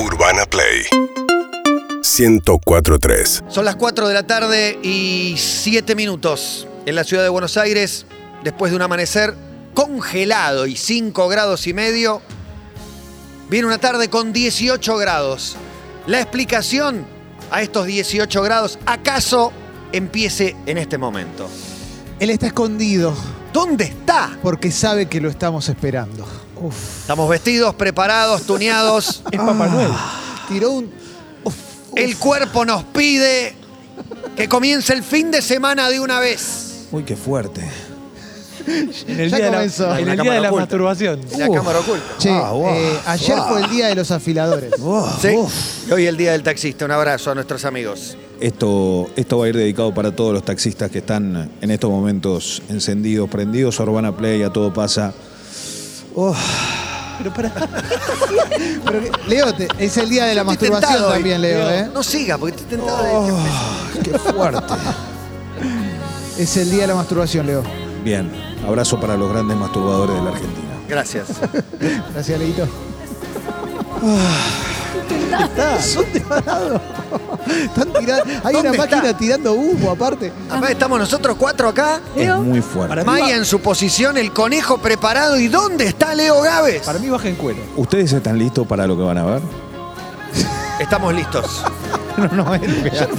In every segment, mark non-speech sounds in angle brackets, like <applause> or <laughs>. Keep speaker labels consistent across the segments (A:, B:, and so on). A: Urbana Play 1043.
B: Son las 4 de la tarde y 7 minutos en la ciudad de Buenos Aires, después de un amanecer congelado y 5 grados y medio. Viene una tarde con 18 grados. La explicación a estos 18 grados, ¿acaso empiece en este momento?
C: Él está escondido
B: ¿Dónde está?
C: porque sabe que lo estamos esperando. Uf.
B: Estamos vestidos, preparados, tuneados.
C: <laughs>
B: Ah.
C: Es Papá Noel. Tiró un. Uf.
B: El cuerpo nos pide que comience el fin de semana de una vez.
D: Uy,
E: <laughs>
D: qué fuerte.
E: En el
C: Ya
E: día de la,
C: comenzó.
E: en
B: Hay
E: el
B: una
E: día de
B: cámara
E: la
B: oculta.
E: masturbación.
B: La
C: Uf.
B: cámara oculta.
C: Che,
D: Ah, wow.
C: eh, ayer fue el día de
B: <laughs>
C: los afiladores.
D: Uf,
B: Sí.
D: uf.
B: Y hoy el día del taxista. Un abrazo a nuestros amigos.
D: Esto, esto va a ir dedicado para todos los taxistas que están en estos momentos encendidos, prendidos, a Urbana Play, a todo pasa.
C: Pero, Leo, te- es el día de la
B: Estoy
C: masturbación
B: tentado hoy.
C: también, Leo, ¿eh?
B: No siga, porque estoy tentado de.
D: Oh. Uf, ¡Qué fuerte!
C: Es el día de la masturbación, Leo.
D: Bien, abrazo para los grandes masturbadores de la Argentina. <laughs>
B: Gracias.
C: Gracias, Leito. Son tirados. Están tirando. Hay
B: ¿Dónde
C: una máquina
B: está?
C: tirando humo, aparte.
B: Además, estamos nosotros cuatro acá.
D: Es muy fuerte.
B: Maya en su posición, el conejo preparado. ¿Y dónde está Leo Gávez?
E: Para mí baja en cuero.
D: ¿Ustedes están listos para lo que van a <laughs> ver?
B: Estamos listos.
C: No, no, es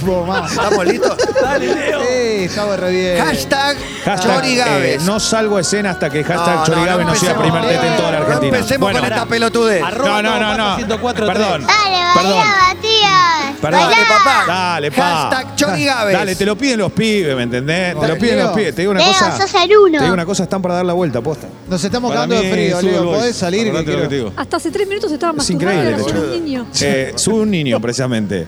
D: <laughs>
C: más.
B: ¿Estamos listos?
E: Dale, Leo.
C: Eh, estaba re bien.
B: Hashtag Chori
D: eh,
B: Gávez.
D: no salgo a escena hasta que hashtag
B: No,
D: Chori
B: no,
D: Gávez
B: no
D: no, sea
B: empecemos.
D: primer tete en toda la
B: No
D: Argentina.
B: empecemos con esta pelotudez.
E: Arroba
D: No, no,
E: todo
D: no,
E: pasa 104.3.
D: no. Perdón.
F: Dale,
D: Perdón.
F: baila, Matías.
D: Perdón.
B: Dale, papá.
D: Dale, pa.
B: Hashtag Chori Gávez.
D: Dale, te lo piden los pibes, ¿me entendés? Te lo piden
C: Leo.
D: los pibes. Te digo una
F: Leo,
D: cosa.
F: sos el uno.
D: Te digo una cosa, están para dar la vuelta, posta.
C: Nos estamos
D: Para
C: cagando de
D: mí
C: frío,
D: sube el
C: Leo.
D: voice.
C: Podés salir.
D: Acordate
C: que
D: lo que te
C: quiero-
D: digo.
G: Hasta hace tres minutos estaba
D: Es
G: masturbando era
D: increíble. boludo.
G: un niño.
D: Eh, sube un niño, precisamente.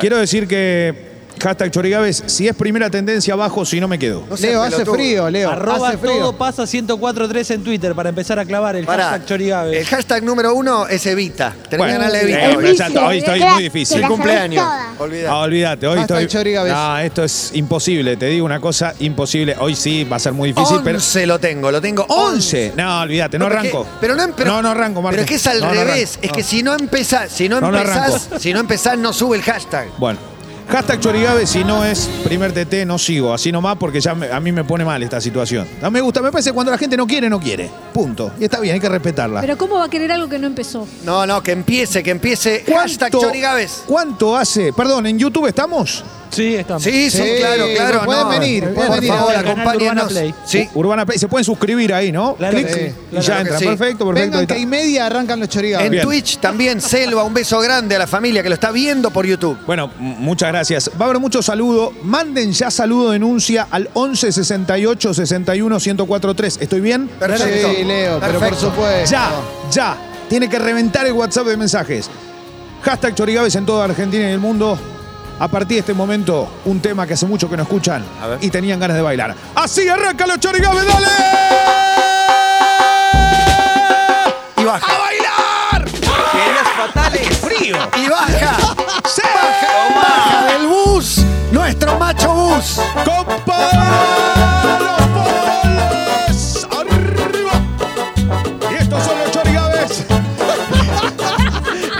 D: Quiero decir que hashtag Chorigaves, si es primera tendencia, abajo, si no me quedo.
B: No seas
C: Leo, hace
B: pelotudo.
C: frío, Leo.
E: Arroba
C: hace frío.
E: todo pasa 104.3 en Twitter para empezar a clavar el
B: Pará.
E: hashtag Chorigabe.
B: El hashtag número uno es Evita. Tenés
D: Bueno,
B: ganas de
D: eh,
B: Evita. hoy.
D: Difícil. exacto, hoy estoy muy
F: Te la-
D: difícil.
F: te la
D: El
B: cumpleaños.
F: sabés toda.
B: Olvidate.
D: Ah, olvídate, hoy
C: Hashtag
D: estoy.
C: Chorigaves.
D: No, esto es imposible. Te digo una cosa, imposible. Hoy sí va a ser muy difícil, pero.
B: 11 lo tengo, lo tengo 11.
D: 11. No, olvídate, no,
B: pero
D: arranco.
B: que- pero no, em- pero-
D: no, no arranco, Martín.
B: Pero es que es al
D: No, no
B: revés.
D: arranco.
B: es que si no empezás, si no
D: No, no
B: empezás,
D: arranco.
B: si no empezás, no sube el hashtag.
D: Bueno, hashtag Chorigabe, si no es primer TT, no sigo. Así nomás porque ya me- a mí me pone mal esta situación. No me gusta, me parece que cuando la gente no quiere, no quiere. Punto. Y está bien, hay que respetarla.
G: Pero ¿cómo va a querer algo que no empezó?
B: No, no, que empiece, que empiece. Hashtag Chori Gávez.
D: ¿Cuánto hace? Perdón, ¿en YouTube estamos?
E: Sí, estamos.
B: Sí, sí,
C: Sí,
B: claro, claro.
C: pueden
B: no.
C: venir, pueden
B: Por
C: venir.
B: favor,
E: Canal de Urbana
B: acompáñenos.
E: Play.
B: Sí.
D: U- Urbana Play. Se pueden suscribir ahí, ¿no?
E: Claro
D: Clic,
C: que sí,
D: Y
B: claro
D: ya
B: que
D: entran.
B: sí.
D: Perfecto, perfecto.
C: Vengan
D: ahí está.
C: que y media arrancan los chorigaves.
B: En
D: Bien.
B: Twitch también, Selva, un beso grande a la familia que lo está viendo por YouTube.
D: Bueno, m- muchas gracias. Va a haber mucho saludo. Manden ya saludo denuncia al 11 68 61 1043. ¿Estoy bien?
B: Perfecto.
C: Sí, Leo, pero por
B: Perfecto.
C: supuesto.
D: Ya, ya. Tiene que reventar el WhatsApp de mensajes. Hashtag Chorigaves en toda Argentina y el mundo. A partir de este momento, un tema que hace mucho que no escuchan y tenían ganas de bailar. Así arranca los Chorigaves, dale.
B: Y baja.
D: ¡A bailar! ¡Frío!
B: Y baja.
D: ¡Se
B: Baja del bus. Nuestro macho bus.
D: ¡Compa! los polos! ¡Arriba! Y estos son los Chorigaves.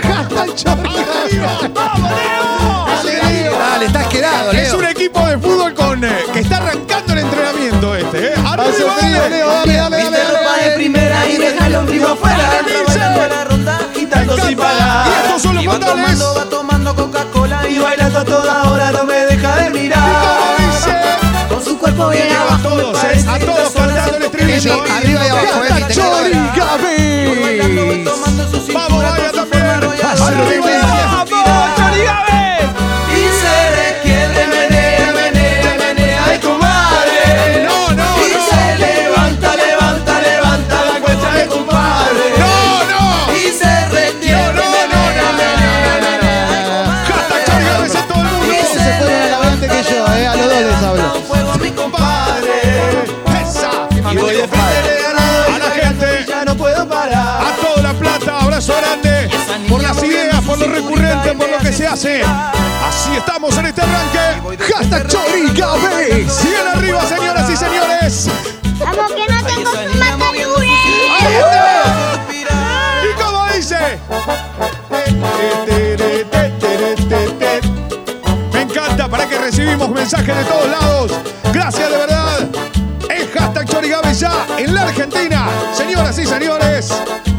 C: Hashtag chorigaves.
D: ¡Arriba! ¡Vamos, Leo! ¡Alegría!
B: Dale, estás quedado, Leo.
D: Es un equipo de fútbol con eh, que está arrancando el entrenamiento este, ¿eh? ¡Arriba!
C: Hace frío, Leo. Dale, dale, dale. dale.
H: primera y deja el ombligo afuera.
D: Dale,
H: Entra bailando
D: Michel.
H: la ronda, agitando
D: Me
H: sin
D: encanta.
H: parar.
D: Y estos son los
H: va
D: fatales.
H: tomando, va tomando Coca-Cola y bailando a toda hora, no me deja de
D: ¿Cómo
H: mirar.
D: dice?
H: Con su cuerpo bien
D: Leo, a
H: abajo, me
D: todos,
H: parece
D: eh, a
H: que
D: todos
H: está sola,
D: cantando el
H: se
D: estribillo.
H: pone bien.
B: Arriba y abajo, eh,
D: ¡Canta
B: que tengo
D: Chori
B: ganas.
H: Voy bailando, voy
D: Gavis!
H: tomando su cintura,
D: eh, ¡Vamos, vaya
H: con su
D: también!
H: forma arrolladora, me
D: ¡Arriba!
H: deja
D: ¡Vamos,
H: tirar.
D: Chori
H: Y se requiere, menea, menea, menea, ay comadre.
D: No, no,
H: Y
D: no.
H: se levanta, levanta, levanta la cuesta de compadre.
D: ¡No, no!
H: Y se retiene.
D: No, no, no, no, ¡Canta Chori Gavis en todo el mundo!
C: se fueron a la vante que yo, eh, a los dos les hablo.
H: mi compadre.
D: ¡Esa!
H: Y voy de frente
D: A la gente.
H: Ya no puedo parar.
D: A toda la plata, abrazo grande. Por las ideas, por lo recurrente, por lo que se hace. Así estamos en este arranque. Hashtag Chori Gavis. Sigan arriba, señoras y señores.
F: Vamos, que no tengo
H: esa
F: su
H: niña
F: matalure.
D: ¿Y cómo dice? mensajes de todos lados. Gracias de verdad. Es hashtag Chorigabe ya en la Argentina. Señoras y señores,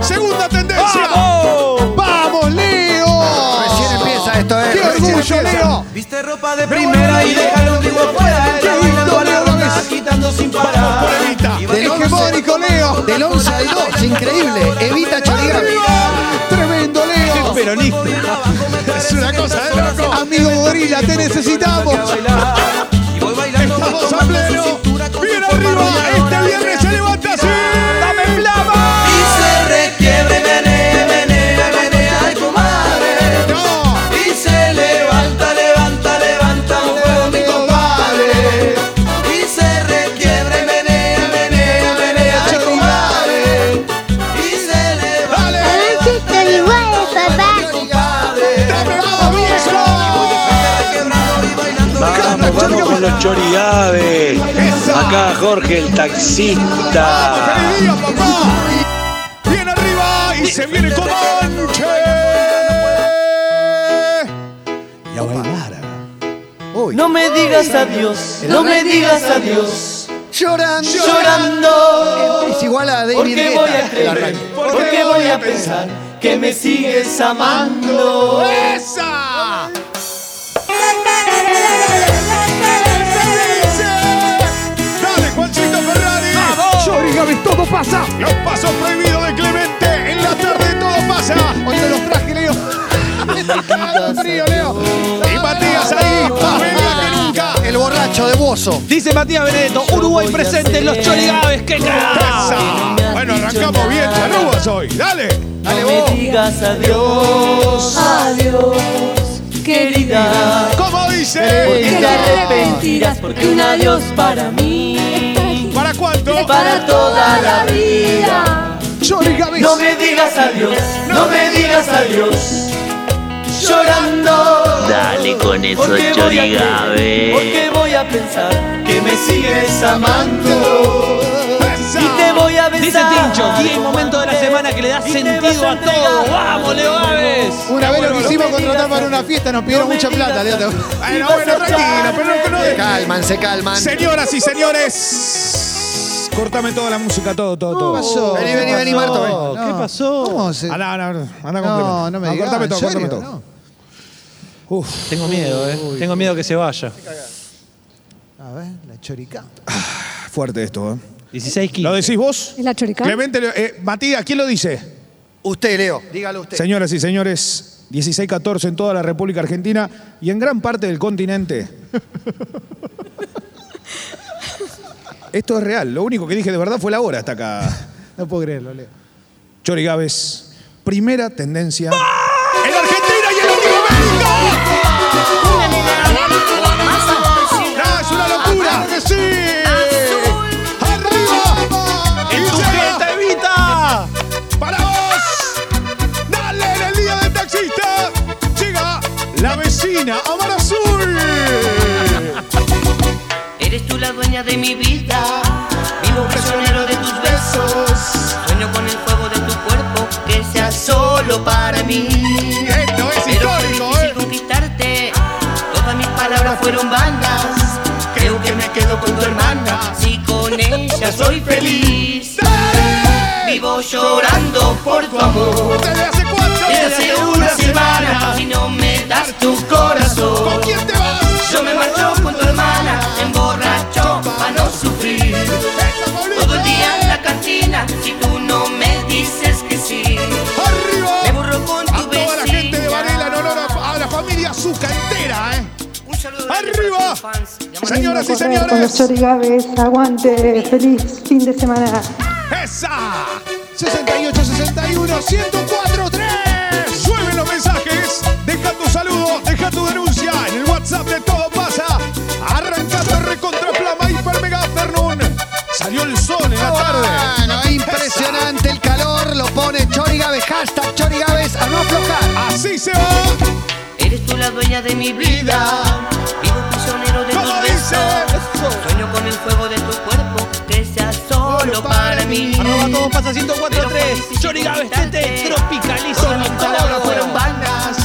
D: segunda tendencia.
E: ¡Vamos!
D: ¡Vamos, Leo!
B: Recién empieza esto, ¿eh?
D: ¡Qué
B: Recién
D: orgullo,
B: empieza.
D: Leo!
H: Viste ropa de primera y deja lo antiguo afuera. Está bailando a la ronda, agitando sin parar.
D: Vamos por Evita.
H: Y va-
B: Del
D: ¡Hegemónico, Leo!
B: Del 11 al 2, increíble. Evita Chorigabe.
D: ¡Arriba! ¡Tremendo, Leo!
E: Peronista.
D: Es una cosa de loco.
C: Amigo gorila, te necesitamos.
H: Y voy bailando,
D: Estamos a
H: tomando su
D: pleno.
H: cintura con
D: Bien
H: su forma
D: arriba.
H: rodeada.
D: Este viernes se levanta así. ¡Dame plama!
H: Y se requiebre, menea, menea, menea, ay comadre.
D: ¡No!
H: Y se levanta, levanta, levanta un juego mi compadre. Y se requiebre, menea, menea, menea, ay comadre. Y se levanta,
D: ¡Dale!
F: Francisco igual, papá.
H: compadre.
D: ¡Dame vamos, viejo!
H: Quebrado y bailando.
D: Hashtag
A: Vamos con
D: Chorigabe.
A: los chorigaves.
D: Esa.
A: Acá Jorge el
D: ¡Vamos,
A: taxista.
D: feliz día, papá! ¡Bien arriba! ¡Y se viene Comanche! Y a bailar.
H: No me digas adiós, no me digas adiós,
B: Llorando.
H: llorando.
B: Es igual a David
H: Porque voy a
B: Guetta. el
H: creer,
B: arranque.
H: porque voy a pensar que me sigues amando.
D: ¡Esa! ¡Dale, Juancito Ferrari!
C: Chorigabe, todo pasa.
D: Los pasos prohibidos de Clemente en la tarde todo pasa. Hoy te los traje, Leo. Está cagando frío, Leo. Y Matías ahí, más belga que nunca.
B: El borracho de Bozo.
E: Dice Matías Benedetto, Uruguay presente en los Chorigaves. ¡Qué crack!
D: ¡Esa! Bueno, arrancamos bien, charrúas hoy. Dale.
B: Dale vos.
H: Digas adiós, adiós, querida.
D: ¿Cómo dice?
H: Te arrepentirás porque un adiós para mí,
D: ¿Para cuánto?
H: para toda la vida.
C: Chorigabe.
H: No me digas adiós, no me digas adiós. Llorando.
A: Dale con esos
H: Porque voy a creer,
A: chorigabes.
H: Porque voy a pensar que me sigues amando.
D: ¡Esa!
H: Y te voy a besar.
E: Dice Tincho, 10 momentos de la semana que le da sentido a todo. ¡Vamos, Leo Aves!
C: Una vez lo
H: bueno,
C: quisimos
H: no me
C: contratar
H: digas
C: para una
H: adiós.
C: fiesta, nos pidieron
H: No me
C: mucha
H: digas
C: plata, Leo.
H: adiós.
D: Bueno, bueno, tranquilo, pero no, no de-
B: Calman, se calman.
D: Señoras y señores, cortame toda la música, todo, todo, todo.
C: ¿Qué pasó?
B: Vení, vení, vení, Marto, ven.
C: No.
E: ¿Qué pasó?
C: ¿Cómo se-
D: Anda, anda, anda, anda,
C: No, no me digas.
D: Ah, Cortame
C: ¿en
D: todo, cortame
C: serio?
D: todo.
C: No.
D: Uf.
E: Tengo miedo, ¿eh? Tengo miedo que se vaya.
C: A ver, la chorica.
D: Fuerte esto, ¿eh?
E: 16 15.
D: ¿Lo decís vos?
G: ¿Es la chorica?
D: Clemente, Leo- eh, Matías, ¿quién lo dice?
B: Usted, Leo. Dígalo usted.
D: Señoras y señores, 16-14 en toda la República Argentina y en gran parte
C: <laughs>
D: del continente. esto es real. Lo único que dije de verdad fue la hora hasta acá.
C: No puedo creerlo, Leo.
D: Chori Gávez, primera tendencia. ¡En Argentina y en Latinoamérica! ¡No, ¡Es una locura! ¡Que sí! ¡Arriba! ¡Y llega!
E: evita!
D: ¡Para vos! ¡Dale en el día del taxista! ¡Llega la vecina Amar Azul!
I: Eres tú la dueña de mi vida, vivo prisionero de tus besos. Sueño con el fuego de tu cuerpo que sea solo para mí.
D: Esto es
I: Pero fue
D: histórico,
I: difícil
D: ¿eh?
I: conquistarte, todas mis palabras fueron bandas. Creo que me quedo con tu hermana, si con ella soy feliz.
D: ¡Dale!
I: Vivo llorando por tu amor.
D: ¡Desde hace cuánto!
I: Desde hace una semana, si no me das tu corazón.
D: ¿Con quién te vas?
I: Yo me marcho con tu hermana, me emborracho para no sufrir.
D: ¡Esa, Paulita!
I: Todo el día en la cantina, si tú no me dices que sí.
D: ¡Arriba!
I: Me borro con tu
D: A toda la
I: vecina.
D: gente de Varela en honor a, a la familia Azúcar entera, ¿eh?
I: Un saludo grande
D: ¡Arriba!
I: para tus fans. Te amo.
D: Señoras y
J: Con los
D: señores,
J: chorigabes, aguante, feliz fin de semana.
D: esa 68 61 104 3. Suelven los mensajes, deja tu saludo, deja tu denuncia en el WhatsApp de todo pasa. Arrancando recontra plama hiper mega afternoon. Salió el sol en la tarde.
B: Bueno, impresionante el calor. Lo pone Chorigabe. Hashtag Chorigabe. A no aflojar.
D: Así se va.
I: Eres tú la dueña de mi vida. Vivo prisionero de
D: ¿Cómo
I: tus
D: dice?
I: besos. Sueño con el fuego de tu cuerpo, que sea solo para mí.
E: Arroba todo pasa 104 3. Chorigaves, te te tropicalizo.
I: Todas mis palabras fueron vanas.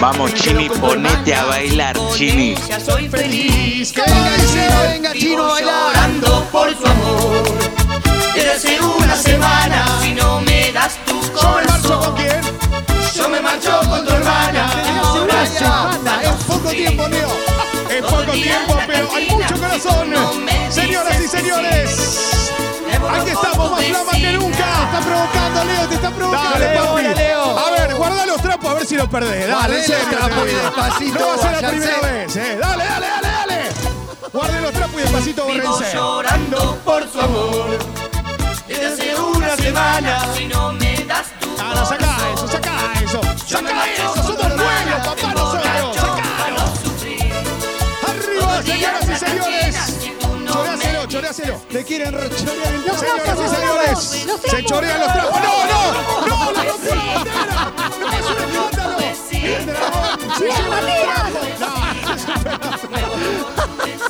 A: Vamos, Chini, ponete a bailar, Chini.
I: Ya soy feliz.
B: Que venga el chino, venga el chino a bailar.
I: Llorando por tu amor. Desde hace una semana, si no me das tu corazón, yo me marcho con tu hermana. Ahora ya,
D: Es poco tiempo, Leo. Es poco tiempo, pero hay mucho corazón. Señoras y señores, aquí estamos más flama que nunca.
C: Está provocando, Leo, te está provocando.
D: Dale, papi. A ver, guarda los trapos a ver si los perdés. Dale,
B: Guardé
D: en
B: los
D: serio,
B: trapos
D: dale.
B: y despacito,
D: No va a ser la
B: vayanse.
D: primera vez, eh. Dale, dale, dale, dale. Guarden los trapos y despacito
I: vivo
D: borrense.
I: llorando por tu amor. Desde hace una semana, si no me das tu
D: Ahora saca
I: corazón,
D: eso, saca eso.
I: yo me
D: Saca
I: marcho
D: eso,
I: con
D: somos
I: tu hermana,
D: buenos,
I: te
D: papá, nosotros.
I: emborracho
D: Saca.
I: pa' no sufrir.
D: Arriba, señoras
I: Todos
D: y
I: días la
D: señores.
I: cantina, si tú no
D: Choreáselo,
I: me
D: choreáselo.
C: Te quieren rochonear el
G: Los
C: tablero.
D: Señoras y
G: trapos, los
D: señores,
G: trapos, los
D: se
G: trapos.
D: chorean los trapos. ¡No, no! ¡No, la
I: Pues
D: rompió
I: sí.
D: la bandera! ¡No, es un escándalo! ¡El dragón!
G: ¡Sí, Matías!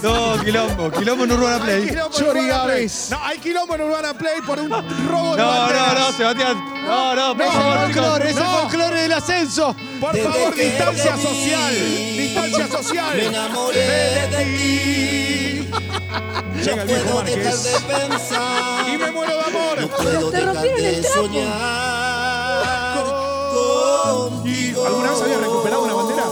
E: No, quilombo, quilombo en Urbana
D: Hay
E: Play.
D: quilombo en Urbana Play.
C: Chorigaves.
D: No, hay quilombo en Urbana Play por un robo de
E: No, no,
D: banderas.
E: no, Sebastián. No, no, por
D: No,
E: favor,
D: folclore,
E: chicos.
D: ese
E: No.
D: folclore del ascenso. Por favor, distancia
B: <laughs>
D: social. Distancia social. Me enamoré de ti. Llega el viejo Márquez. Y me muero de amor.
G: Te rompieron el trapo.
D: Contigo. ¿Alguna vez había recuperado una bandera?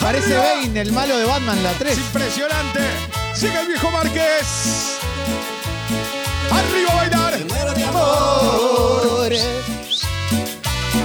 C: Parece Bane, el malo de Batman, la 3.
D: Es impresionante. Llega el viejo Márquez. Arriba a bailar.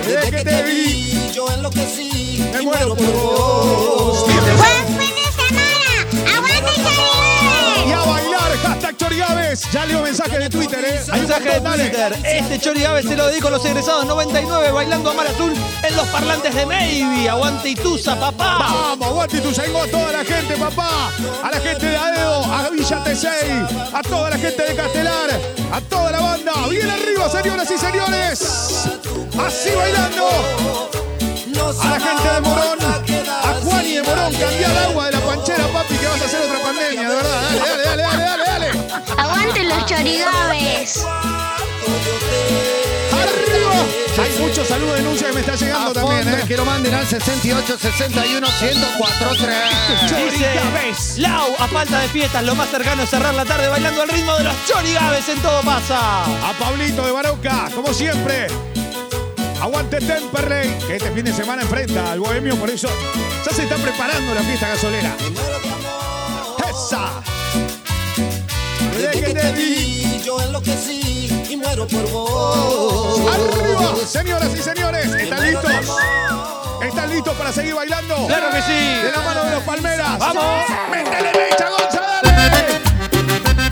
D: Desde que te vi,
H: yo enloquecí.
D: me muero por vos.
F: Juan Fin de Semana, aguante Chorigaves.
D: Y a bailar, hashtag Chorigaves. Ya leo mensajes de Twitter, ¿eh? Hay un
E: Mensaje de
D: montón, dale.
E: Twitter. Este Chori Gávez se lo dedico a los egresados 99 bailando a Mar Azul en los parlantes de Maybe. Aguante Ituza, papá.
D: Vamos, Guati Tuzaingó, a toda la gente, papá. A la gente de Aedo, a Villa T6, a toda la gente de Castelar, a toda la banda. Bien arriba, señoras y señores. Así bailando. A la gente de Morón, a Juan y de Morón, cambiar agua de la panchera, papi, que vas a hacer otra pandemia, de verdad. Dale, dale, dale, dale, dale, dale.
F: Aguante los Chorigaves.
D: Arriba. Hay muchos saludos de denuncia que me está llegando
B: A
D: también,
B: fondo,
D: ¿eh?
B: Que lo manden al 68 61 104 3.
E: Dice Lau, a falta de fiestas, lo más cercano es cerrar la tarde bailando al ritmo de los Chori Gávez en todo pasa.
D: A Pablito de Barauca, como siempre. Aguante Temperley, que este fin de semana enfrenta al Bohemio, por eso ya se está preparando la fiesta gasolera. ¡Esa! Desde que te vi,
H: yo enloquecí y muero por vos.
D: ¡Arriba! Señoras y señores, ¿están listos? ¿Están listos para seguir bailando?
E: Claro que sí.
D: De la mano de los Palmeras.
E: Vamos.
D: ¡Métele mecha, González!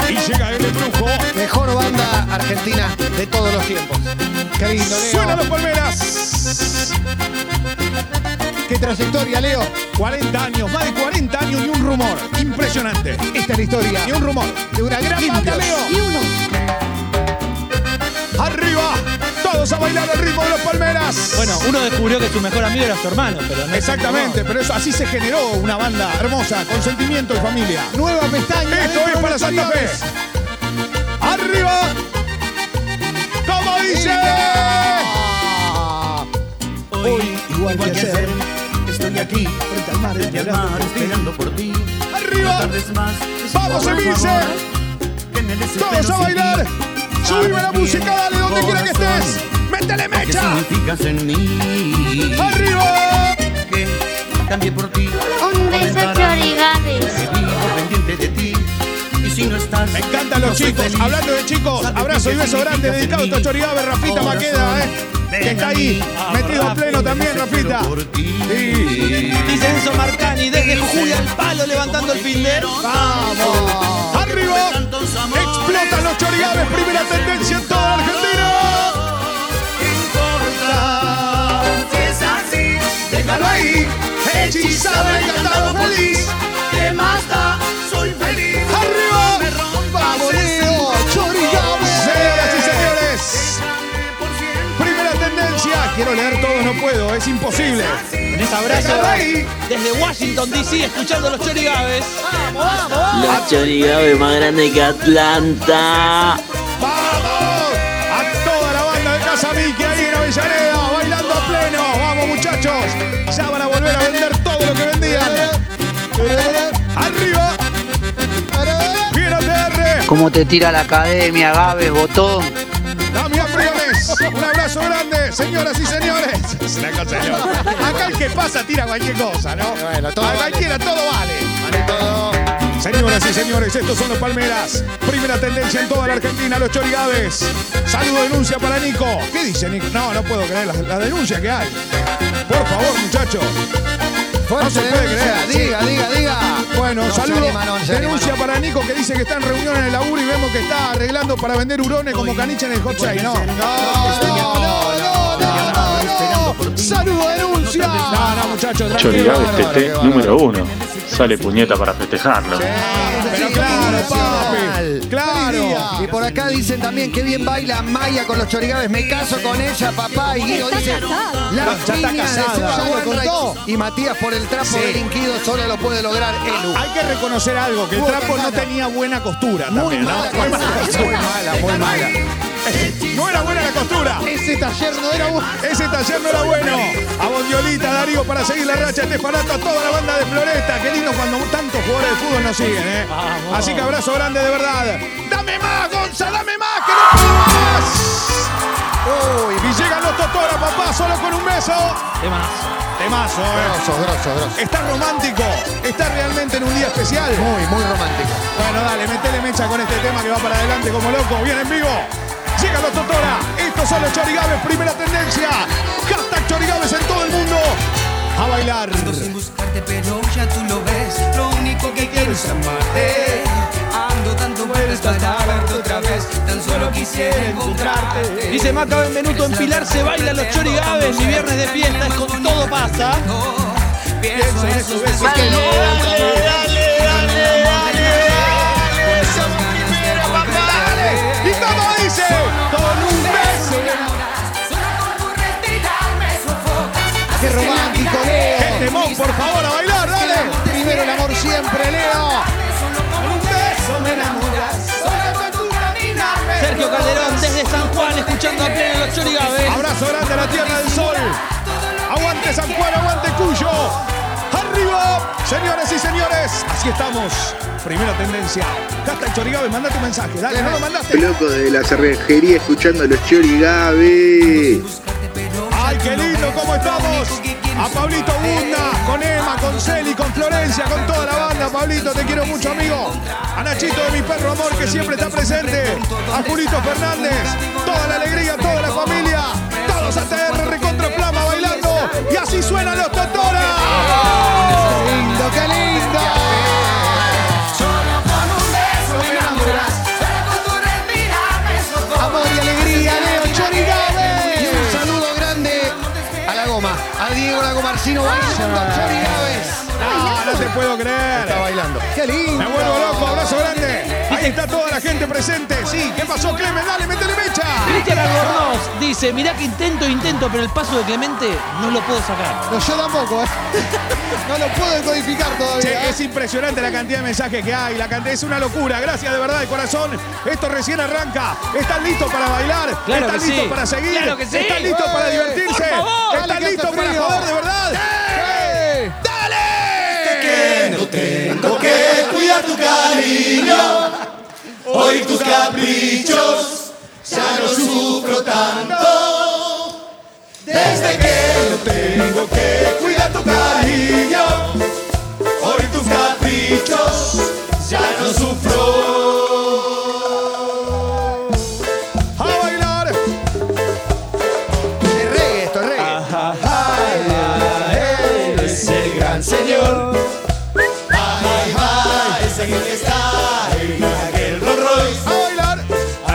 D: Y llega el brujo.
B: Mejor banda argentina de todos los tiempos.
C: Qué lindo,
D: Suena
C: Leo.
D: los Palmeras.
C: Qué trayectoria, Leo.
D: 40 años, más de 40 años y un rumor. Impresionante.
C: Esta es la historia
D: Y un rumor.
C: de una gran banda,
D: Limpios.
C: Leo.
G: Y uno.
D: Arriba, todos a bailar al ritmo de los Palmeras.
E: Bueno, uno descubrió que su mejor amigo era su hermano, pero no.
D: exactamente, pero eso así se generó una banda hermosa, con sentimiento y familia.
C: Nueva pestaña. ¿eh?
D: Esto
C: dentro de
D: es para
C: los
D: Santa Fe.
C: Chorigaves.
D: Arriba. Como dice.
C: Hoy, igual que ayer, estoy aquí, frente al mar, ¿eh?
H: Frente al mar, esperando por ti.
D: Arriba.
H: Tardes más.
D: Vamos,
H: por
D: Emilce.
H: favor, que me desespero
D: Todos a
H: sin
D: bailar.
H: ti.
D: Subime la música, dale donde quiera que
H: Corazón,
D: estés. Métele
H: ¿Qué
D: mecha.
H: significas en mí?
D: Arriba.
H: Que cambié por ti.
F: Un beso Chorigaves.
H: Que vivo pendiente de ti. Y si no estás.
D: Me encantan los
H: no soy
D: chicos.
H: feliz.
D: Hablando de chicos,
H: Sabes
D: abrazo y
H: qué
D: beso grande
H: significas
D: dedicado
H: en
D: a
H: mí.
D: Chorigabe, Rafita
H: Corazón,
D: Maqueda, ¿eh?
H: ven
D: Que está
H: a
D: ahí,
H: mí.
D: metido a
H: Abrazo
D: pleno
H: y
D: también,
H: desespero
D: Rafita.
H: por ti.
D: Sí.
E: Dice Enzo Marcani desde Jujuy al palo levantando el finder.
D: ¡Vamos! ¡Arriba! ¡Explotan los Chorigaves! ¡Primera tendencia en toda la Argentina!
H: Si es así,
D: ¡Déjalo ahí! ¡Hechizado, encantado, feliz!
H: te mata, soy feliz.
D: ¡Arriba!
H: Vamos,
C: Oh,
D: Leo! ¡Chorigaves! Señoras y señores, primera tendencia. Quiero leer todo, no puedo, es imposible.
E: En ese abrazo
D: Déjalo ahí.
E: desde Washington DC escuchando a los Chori Gávez.
A: La Chorigabe más grande que Atlanta.
D: ¡Vamos! A toda la banda de Casa Miki ahí en Avellaneda. muchachos. Ya van a volver a vender todo lo que vendían. ¡Arriba! ¡Bien ATR!
K: ¿Cómo te tira la academia, Gabe, Botón?
D: Damián Briones, un abrazo grande, señoras y señores. Es una cosa de loco. Acá el que pasa tira cualquier cosa, ¿no?
B: todo
D: A
B: vale.
D: cualquiera, todo vale. Señoras y señores, estos son los Palmeras. Primera tendencia en toda la Argentina, los chorigaves. Saludo denuncia para Nico. ¿Qué dice Nico? No, no puedo creer la, la denuncia que hay. Por favor, muchachos. no se puede
B: denuncia,
D: creer.
B: diga, diga, diga.
D: Bueno,
B: No se
D: saludo.
B: anima, no se anima,
D: denuncia
B: no.
D: para Nico que dice que está en reunión en el laburo y vemos que está arreglando para vender hurones como canicha en el hot shake. No, no, no, no, no, no, no. Saludo denuncia. No, no, muchachos, tranquilo.
L: Chorigaves TT número uno. Sale puñeta para festejarlo.
D: Pero claro, papi. Claro.
B: Y por acá dicen también que bien baila Maya con los chorigaves. Me caso con ella, papá. Y Guido dice. La
D: Ya está
B: piña de
D: casada.
B: Seba
D: Ya lo
B: Wainwright
D: contó.
B: Y Matías por el trapo
D: Sí. Ah,
B: delinquido solo lo puede lograr Elu.
D: Hay que reconocer algo, que el
B: Muy
D: trapo no
B: mala.
D: tenía buena costura también, ¿no?
B: mala
D: Muy mala
B: costura.
D: costura.
B: Muy mala, muy mala.
D: <laughs> No era buena la costura.
B: Ese taller no era bueno.
D: Ese taller no era bueno. A Bondiolita, Darío, para seguir la racha. Estefanato, a toda la banda de Floresta. Qué lindo cuando tantos jugadores de fútbol nos siguen, ¿eh? Así que abrazo grande de verdad. ¡Dame más, Gonza! ¡Dame más! ¡Que no puedo más! Y llegan los Totora, papá, solo con un beso. Temazo, ¿eh?
B: Grosos, grosos, grosos.
D: Está romántico. Está realmente en un día especial.
B: Muy, muy romántico.
D: Bueno, dale, metele mecha con este tema que va para adelante como loco. Viene en vivo. Llega los Totora. Estos son los Chorigaves, primera tendencia. Hashtag Chorigaves en todo el mundo. A bailar.
I: sin buscarte, pero ya tú lo ves. Lo único que quiero es amarte. Ando tanto vueltas para verte otra vez. Tan solo quisiera encontrarte.
E: Dice Maca Benvenuto, en Pilar se bailan los chorigaves y viernes de fiesta es con todo pasa.
I: Pienso en esos besos
E: Dale,
I: que no
E: dale,
I: damos.
E: dale, dale,
I: dale. Somos primera, papá, dale.
D: Y todo dice. Con un beso.
B: Qué romántico,
D: ¡Qué
B: Leo.
D: temón, por favor, a bailar! ¡Dale!
B: Primero el amor siempre, Leo.
E: Sergio Calderón desde San Juan escuchando a pleno los chorigaves.
D: Abrazo grande a la Tierra del Sol. Aguante San Juan, aguante Cuyo. Arriba, señores y señores. Así estamos. Primera tendencia. Hashtag Chorigabe, manda tu mensaje. Dale, no lo mandaste.
M: Loco de la cervejería escuchando los chorigabe.
D: Ay, qué lindo, ¿cómo estamos? A Pablito Bunda, con Emma, con Celi, con Florencia, con toda la banda. Pablito, te quiero mucho, amigo. A Nachito de mi perro amor, que siempre está presente. A Julito Fernández, toda la alegría, toda la familia. Todos ATR recontra Flama bailando. Y así suenan los Totora.
B: Qué lindo, qué lindo. Amor y alegría, Leo Chorigaves. Y un saludo grande a la goma. A Diego Lagomarcino bailando Chorigaves.
D: No, no te puedo creer.
B: Está bailando. Qué
D: Me
B: lindo.
D: vuelvo loco, abrazo grande. Ahí está toda la gente presente. Sí, ¿qué pasó, Clemen? Dale, métele mecha.
E: Cristian Albornoz dice, mirá que intento, intento, pero el paso de Clemente no lo puedo sacar.
B: No, yo tampoco, ¿eh? <laughs> No lo puedo decodificar
D: Che,
B: todavía. ¿eh?
D: es impresionante la cantidad de mensajes que hay, la cantidad es una locura. Gracias de verdad de corazón. Esto recién arranca. ¿Están listos para bailar?
E: Claro
D: ¿Están
E: que
D: listos
E: sí.
D: para seguir?
E: Claro que sí.
D: ¿Están listos para
B: ¡Eh!
D: divertirse?
E: Por favor.
B: Dale,
D: ¿Están
B: que hace
D: listos para
B: frío.
D: joder de verdad? ¡Eh! ¡Dale!
H: Tengo que cuidar tu cariño, hoy tus caprichos, ya no sufro tanto. Desde que no tengo que cuidar tu cariño, hoy tus caprichos, ya no sufro.
D: ¡A bailar!
B: Es reggae esto, es reggae.
D: Ah.
H: Él es el gran señor. Ay, va, ese que está en aquel Rolls Royce.
D: ¡A bailar!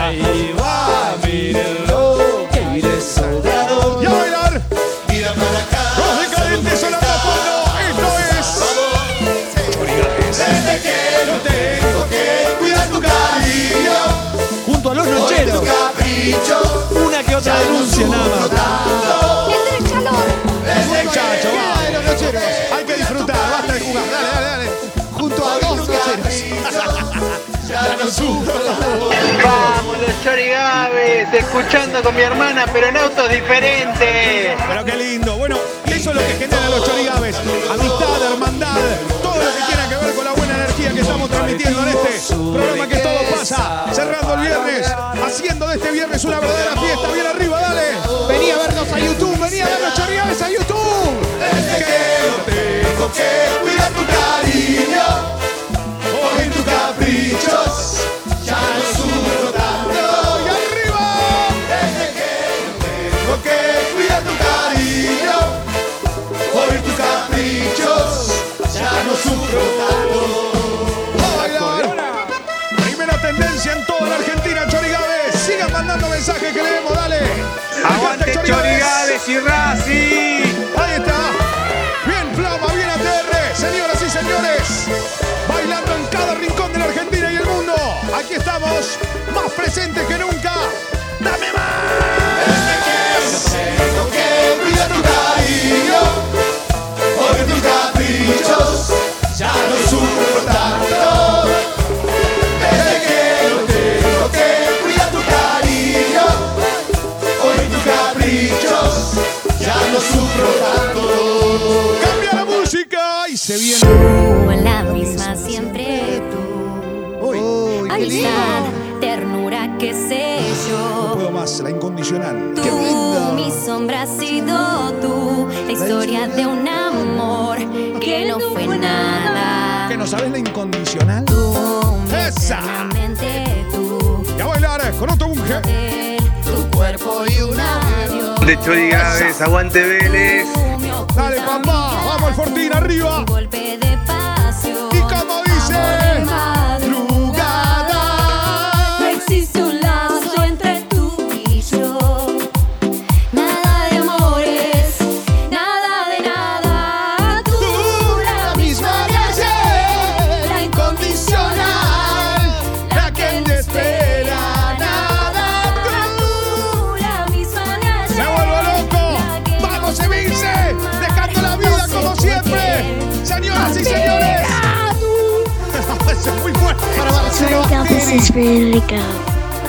H: Ahí va, mírenlo, que iré soldado.
D: ¡Y a bailar!
H: Mira para acá.
D: ¡Los decadentes son a fondo! ¡Esto
H: Desde que no tengo que cuidar tu cariño,
E: Junto a los
H: hoy tu
E: nocheros,
H: capricho,
E: una que otra
H: ya no
E: denuncia nada
H: sufro
E: más.
H: tanto.
G: el calor.
H: Desde que
D: Muchacho, va.
H: no
D: es! Hay que disfrutar, basta de jugar. Dale, dale, dale.
B: Junto a
H: Hoy
B: dos
D: <laughs>
H: tu
B: nocheros.
H: capricho, ya no sufro.
I: Vamos, los chorigaves, escuchando con mi hermana, pero en autos diferentes.
D: Pero qué lindo. Bueno, eso es lo que generan los chorigaves. Amistad, hermandad, todo lo que tiene que ver con la buena energía que estamos transmitiendo en este programa que todo pasa. Cerrando el viernes, haciendo de este viernes una verdadera fiesta. Bien arriba, dale.
E: Vení a vernos a YouTube, vení a ver los chorigaves a YouTube.
I: Desde que no tengo que cuidar tu cariño, o en tus caprichos, ya no sufro tanto. ¡Y arriba! Desde que no tengo que cuidar tu cariño, o en tus caprichos, ya no sufro tanto.
D: Primera tendencia en toda la Argentina, Chorigaves. Sigan mandando mensajes que leemos, dale.
I: Aguante Chorigaves y Racing.
D: Ahí está. Bien Flama, bien ATR, señoras y señores. Bailando en cada rincón de la Argentina y el mundo. Aquí estamos, más presentes que nunca. ¡Dame más!
I: Tengo que cuidar tu cariño, porque tus caprichos ya no sufro tanto. Desde que no tengo que cuidar tu cariño, hoy tus caprichos ya no sufro tanto.
D: ¡Cambia la música! Y se viene.
N: en la misma siempre tú. Amistad, ternura que sé
D: No
N: yo.
D: puedo más, la incondicional.
N: Tú, mi sombra has sido tú. La historia de un amor que no fue nada.
D: ¿Que no sabes la incondicional? ¡Esa!
N: Eternamente tú.
D: Y a
I: eh,
D: bailar con otro unge.
N: Tu cuerpo y un adiós.
H: De Chorigaves, aguante Vélez.
D: Dale, papá. Vamos al Fortín, arriba.
N: Golpe de pasión.
D: Y como
N: Amor de
D: dice.
N: madrugada. No existe un lazo entre tú y yo. Nada de amores, nada de nada. Tú, la misma de ayer, la incondicional, la que me espera. Nada, tú, la misma de ayer.
D: ¡Me vuelvo loco! ¡Vamos, Evince! ¡Dejando la vida como siempre! ¡Señoras y señores! <laughs> ¡Eso es muy fuerte! ¡Para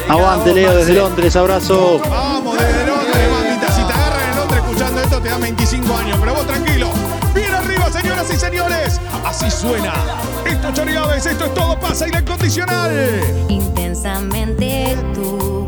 K: Aguante, Leo, desde Londres, abrazo.
D: Vamos, desde Londres, mamita. Si te agarran en Londres escuchando esto, te dan 25 años. Pero vos tranquilo. Bien arriba, señoras y señores. Así suena. Esto es Chorigaves, esto es todo pasa y la incondicional.
N: Intensamente tú,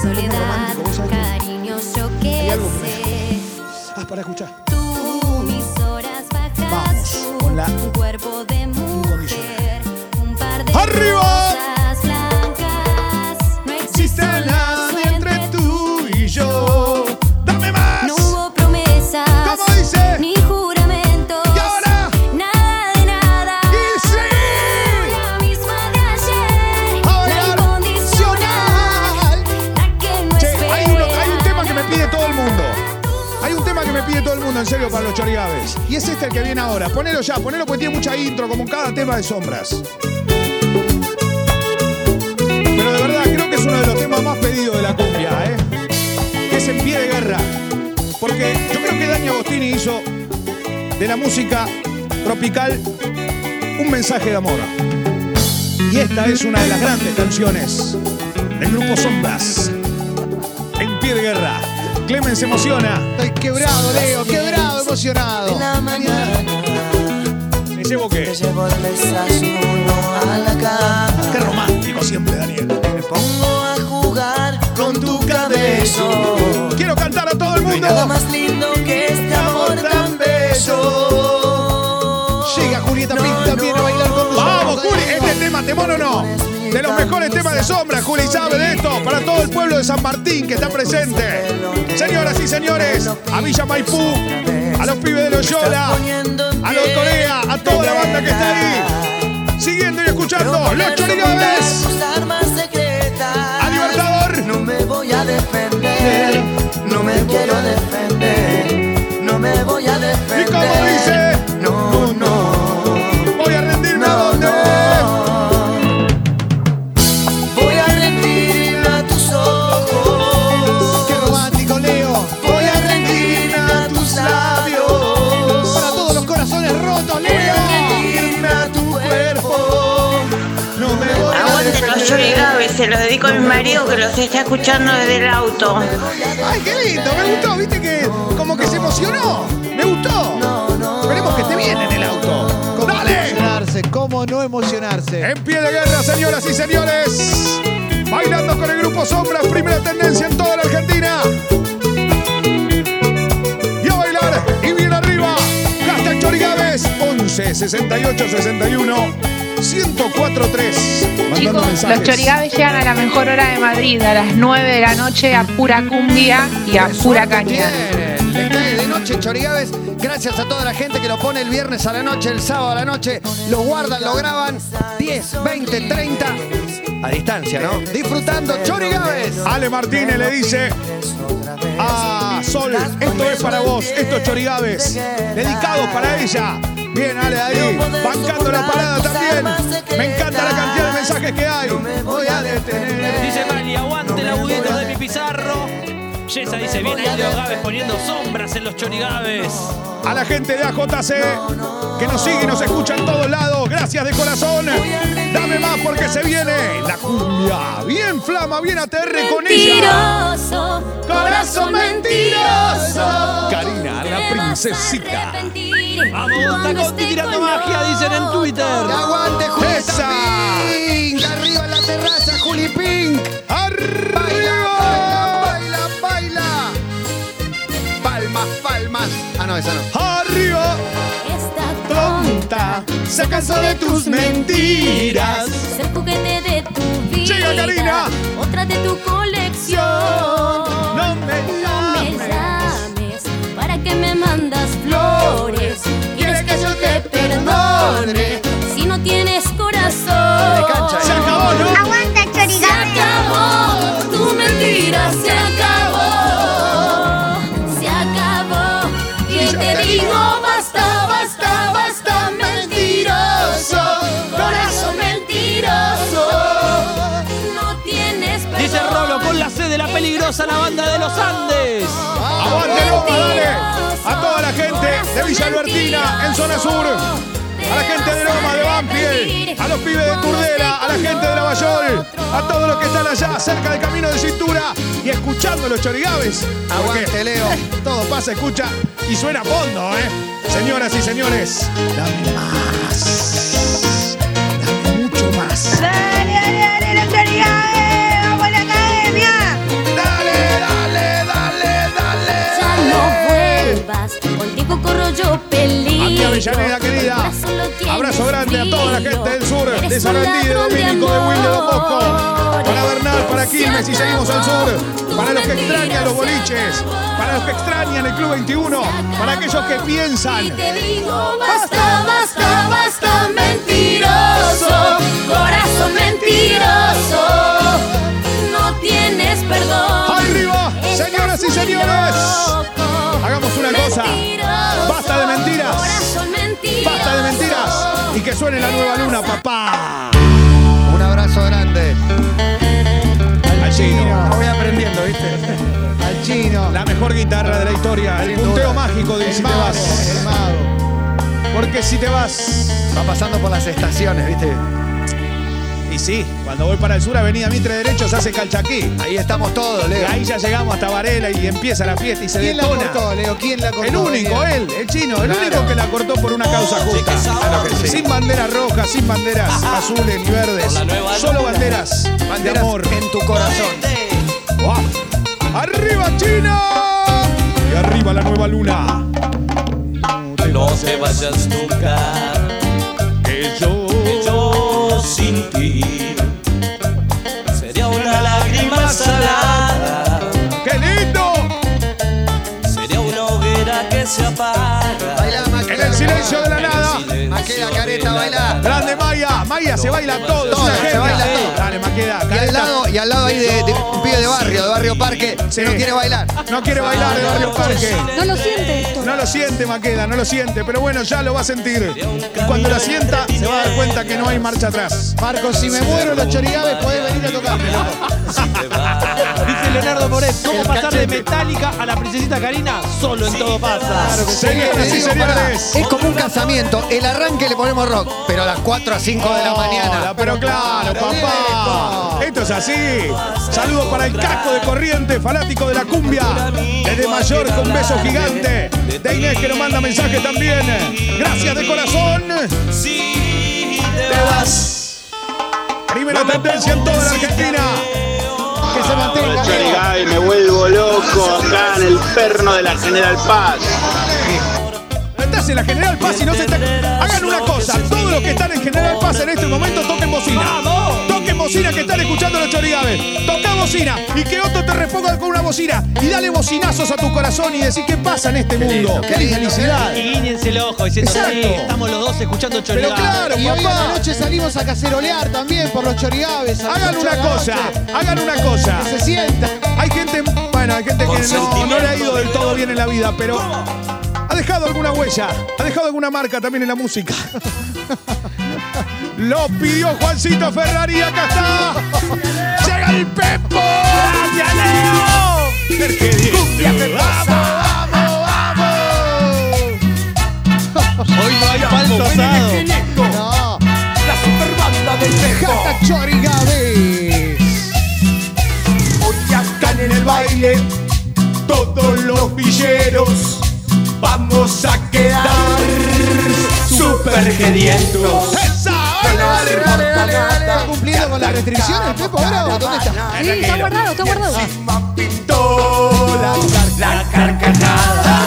N: soledad, cariño, yo que sé.
D: Ah, para escuchar.
N: Tú, mis horas bajas, tú,
D: con la
N: un cuerpo de mujer, un par de
D: ¡Arriba!
N: rosas blancas. No existe
D: Existe
N: lazo
D: nadie entre tú y yo. ¡Dame más!
N: no hubo promesas,
D: ¿Cómo dice?
N: ni juramentos,
D: ¿Y ahora?
N: nada de nada.
D: ¡Y sí!
N: La misma de ayer,
D: Ahora,
N: la incondicional, la que no
D: Che,
N: espera.
D: hay, uno- hay un tema que me pide todo el mundo. Hay un tema que me pide todo el mundo, en serio, para los chorigaves. Y es este el que viene ahora. Ponelo ya, ponelo porque tiene mucha intro, como cada tema de sombras. Pero de verdad, creo que es uno de los temas más pedidos de la cumbia, ¿eh? Es en pie de guerra. Porque yo creo que Dani Agostini hizo de la música tropical un mensaje de amor. Y esta es una de las grandes canciones del grupo Sombras. En pie de guerra. Clemen se emociona.
E: Estoy quebrado, Leo, quebrado, emocionado.
D: Me llevo que.
I: Llevo el desayuno a la cama,
D: Qué romántico siempre, Daniel.
I: pongo a jugar con tu cabello.
D: Quiero cantar a todo el mundo.
I: Nada más lindo que este amor tan bello.
E: Llega Julieta Pinta también a bailar con nosotros.
D: Vamos, Juli. Este tema, temón o no. De los mejores temas de sombra, Juli sabe de esto. Para todo el pueblo de San Martín que está presente. Señoras y señores, a Villa Maipú, a los pibes de Loyola, a los Corea, a toda la banda que está ahí. Siguiendo y escuchando, los chorigaves.
I: Tus armas secretas.
D: A Libertador.
I: No me voy a defender. No me quiero defender. No me voy a
D: ¿Y
I: defender.
D: cómo dice?
I: No, no.
D: Voy a rendirme a
I: No,
D: donde.
I: no. Voy a rendirme a tus ojos.
E: Qué romántico, Leo.
I: Voy a rendirme a tus labios.
E: Para todos los corazones rotos,
I: Voy
E: Leo.
I: a rendirme a tu cuerpo. No me voy a
E: Aguante,
I: se los dedico a mi marido que los está escuchando desde el auto.
D: ¡Ay, qué lindo! Me gustó, viste que como que se emocionó. Me gustó. Esperemos que esté bien en el auto.
C: ¿Cómo
D: ¡Dale!
C: emocionarse? ¿Cómo no emocionarse?
E: ¿Eh?
D: En pie de guerra, señoras y señores. Bailando con el grupo Sombras, primera tendencia en toda la Argentina. Y a bailar, y bien arriba. Hashtag Chorigaves, 11 68 61 104 3. Mandando
O: Chicos,
D: mensajes.
O: los chorigabes llegan a la mejor hora de Madrid, a las 9 de la noche, a pura cumbia y a pura caña.
B: Le cae de noche Chorigaves. Gracias a toda la gente que lo pone el viernes a la noche, el sábado a la noche. Lo guardan, lo graban. 10, 20, 30. A distancia, ¿no? Disfrutando Chorigaves.
D: Ale Martínez le dice a Sol, esto es para vos, esto es Chorigaves, dedicado para ella. Bien, Ale, ahí, bancando la parada también. Me encanta la cantidad de mensajes que hay. Voy a detener.
P: Dice Mali, aguante la budita de mi pizarro. Yesa dice, viene ahí Leo Gávez poniendo sombras en los chorigaves.
D: A la gente de AJC que nos sigue y nos escucha en todos lados, gracias de corazón. Dame más porque se viene la cumbia. Bien flama, bien aterre con ella.
F: Mentiroso,
D: Corazón mentiroso. Karina, la princesita.
F: Vamos,
P: Tacón tirando magia, dicen en Twitter.
B: ¡Aguante,
D: Esa.
B: Julieta Pink! ¡Arriba en la terraza, Juli Pink! ¡Baila, baila, baila, baila! Palmas, palmas. Ah, no, esa no.
D: Arriba, tonta, se cansó de tus mentiras.
F: Ser juguete de tu vida.
D: Llega, Karina.
F: Otra de tu colección.
D: No me
F: llames. ¿Para que me mandas flores? ¿Quieres que yo te perdone? Si no tienes corazón.
B: ¿eh?
D: Se acabó, ¿no?
Q: Aguanta,
F: Se acabó. Tu mentira se acabó. Se acabó. Y te digo basta, basta, basta. Mentiroso. Corazón mentiroso. No tienes perdón.
P: Dice Rolo, con la C de la peligrosa la banda de los Andes.
D: Aguante Loma, dale. A toda la gente de Villa Albertina, en zona sur. A la gente de Loma, de Banfield. A los pibes de Turdera. A la gente de Lavallol. A todos los que están allá cerca del camino de cintura. Y escuchando los chorigaves. Porque
C: Este,
B: Aguante, Leo.
D: Todo pasa, escucha y suena fondo, ¿eh? Señoras y señores. Dame más. Dame mucho más.
Q: Dale, dale, dale, los chorigabes. Vamos a la academia.
D: Dale, dale, dale, dale.
F: Ya no vuelvas, contigo corro yo peligro.
D: Aquí Avellaneda, querida.
F: Atrás solo tienes
D: Abrazo grande a toda la
F: brillo.
D: gente del sur, de
F: Eres
D: San
F: un
D: Andí, de
F: ladrón
D: Domínico, de Wilde, de Bosco,
F: amores.
D: para Bernal, para Quilmes y
F: Se
D: seguimos al
F: acabó,
D: sur,
F: tu
D: para los que
F: mentira
D: extrañan los
F: se
D: boliches,
F: acabó.
D: para los que extrañan el Club 21, para aquellos que
F: Y
D: piensan.
F: te digo basta, basta, basta, mentiroso, corazón mentiroso, no tienes perdón.
D: ¡Arriba,
F: Estás
D: señoras y
F: muy
D: señores!
F: loco.
D: Hagamos una cosa.
F: Mentiroso,
D: Basta de mentiras.
F: corazón mentiroso.
D: ¡Basta de mentiras! Y que suene la nueva luna, papá.
B: Un abrazo grande.
D: Al chino.
B: Voy aprendiendo, ¿viste?
C: Al chino.
D: La mejor guitarra de la historia, el punteo mágico de Si te vas.
C: El mago.
D: Porque si te vas.
B: Va pasando por las estaciones, ¿viste?
D: Y sí, cuando voy para el sur, Avenida Mitre Derecho se hace calchaquí.
B: Ahí estamos todos,
D: Y
B: Leo.
D: ahí ya llegamos hasta Varela y empieza la fiesta y se
C: ¿Quién la
D: detona.
C: cortó, Leo? ¿Quién la cortó?
D: El
E: ¿eh?
D: único, él, el chino, el único que la cortó por una causa justa.
B: Claro que sí.
D: Sin banderas rojas, sin banderas azules ni verdes. Solo banderas, de
B: Banderas
D: amor.
B: en tu corazón.
D: ¡Guau! ¡Arriba, China! Y arriba la nueva luna.
H: No te vayas nunca,
D: Que yo
H: que yo sin ti sería una lágrima salada,
D: ¡Qué lindo!
H: sería una hoguera que se apaga.
B: Baila, Maqueda.
D: En el silencio de la nada.
B: Maqueda, careta, baila.
D: Grande Maya. Maya se baila todo. es
B: Todo,
D: una
B: se
D: genia.
B: baila
D: Sí.
B: todo.
D: Dale, Maqueda.
B: Y al
D: careta.
B: lado, y al lado ahí de, de un pibe de barrio, de barrio parque,
D: Sí.
B: que no quiere bailar.
D: No quiere bailar de Barrio Parque.
N: No lo siente esto.
D: No lo siente Maqueda, no lo siente, pero bueno, ya lo va a sentir. Y cuando la sienta, se va a dar cuenta que no hay marcha atrás.
C: Marco, si me muero los chorigabes podés venir a tocarme.
H: Si te vas,
E: Leonardo Moret. ¿Cómo pasar de Metallica a la princesita Karina? Solo en todo pasa.
B: Te digo, pará, es como un casamiento. El arranque le ponemos rock, pero a las 4 a 5 de la mañana.
D: Pero claro, papá. Esto es así. Saludos para el casco de corriente, fanático de la cumbia. Desde Mayor con beso gigante. De Inés que nos manda mensaje también. Gracias de corazón.
H: Si te vas.
D: Primera tendencia en toda la Argentina.
K: Que se mantenga. Chorigay, me vuelvo loco acá en el perno de la General Paz.
D: Estás en la General Paz y no se te. Hagan una cosa. Todos los que están en General Paz en este momento toquen bocina. Toquen bocina que están escuchando los chorigaves. Toca bocina y que otro te responda con una bocina. Y dale bocinazos a tu corazón y decir qué pasa en este mundo. ¡Qué felicidad!
E: Y guíñense el ojo diciendo,
D: Exacto.
E: sí, estamos los dos escuchando Chorigaba.
R: y hoy a la noche salimos a cacerolear también por los chorigaves. a las
D: Hagan
R: ocho de
D: una
R: la
D: cosa,
R: noche.
D: hagan una cosa.
R: Que se sienta.
D: Hay gente, bueno, hay gente que no, no le ha ido del todo bien en la vida, pero ha dejado alguna huella, ha dejado alguna marca también en la música. <laughs> Lo pidió Juancito Ferrari, acá está. Llega el Pepo. ¡Gracias, Leo! ¡Cumbia te pasa!
E: Hoy no hay falso asado.
R: No. La superbanda del Hashtag chorigaves.
I: Hoy están en el baile todos los villeros. Vamos a quedar super gedientos.
R: Cumpliendo con las restricciones, ¿eh? Pepo, ahora ¿o dónde está?
S: Sí, está guardado, está guardado.
I: Toda la carcajada.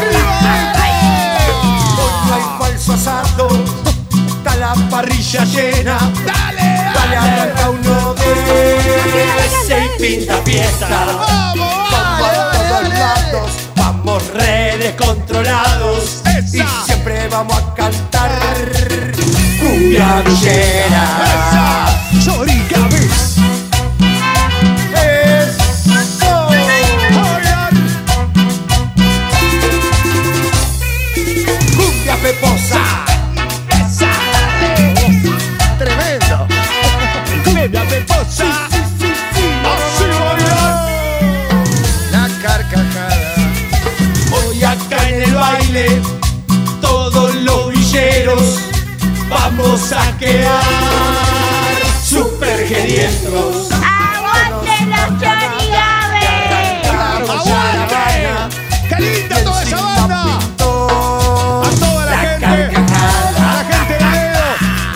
I: Hoy no hay falso asado. Está la parrilla llena. Dale, dale, arranca uno de y pinta fiesta. Vamos a todos lados, vamos re descontrolados. Y siempre vamos a cantar cumbia villera.
D: Chorigaves.
I: Eso. Oigan. Cumbia peposa.
B: Tremendo.
I: Cumbia peposa. Así bailar.
B: La carcajada.
I: Hoy acá en el baile, todos los villeros vamos a quedar super gedientos.
F: ¡Aguante los chorigaves!
I: ¡Aguante!
D: ¡Qué linda toda esa banda! A toda la gente. A la gente de Leo.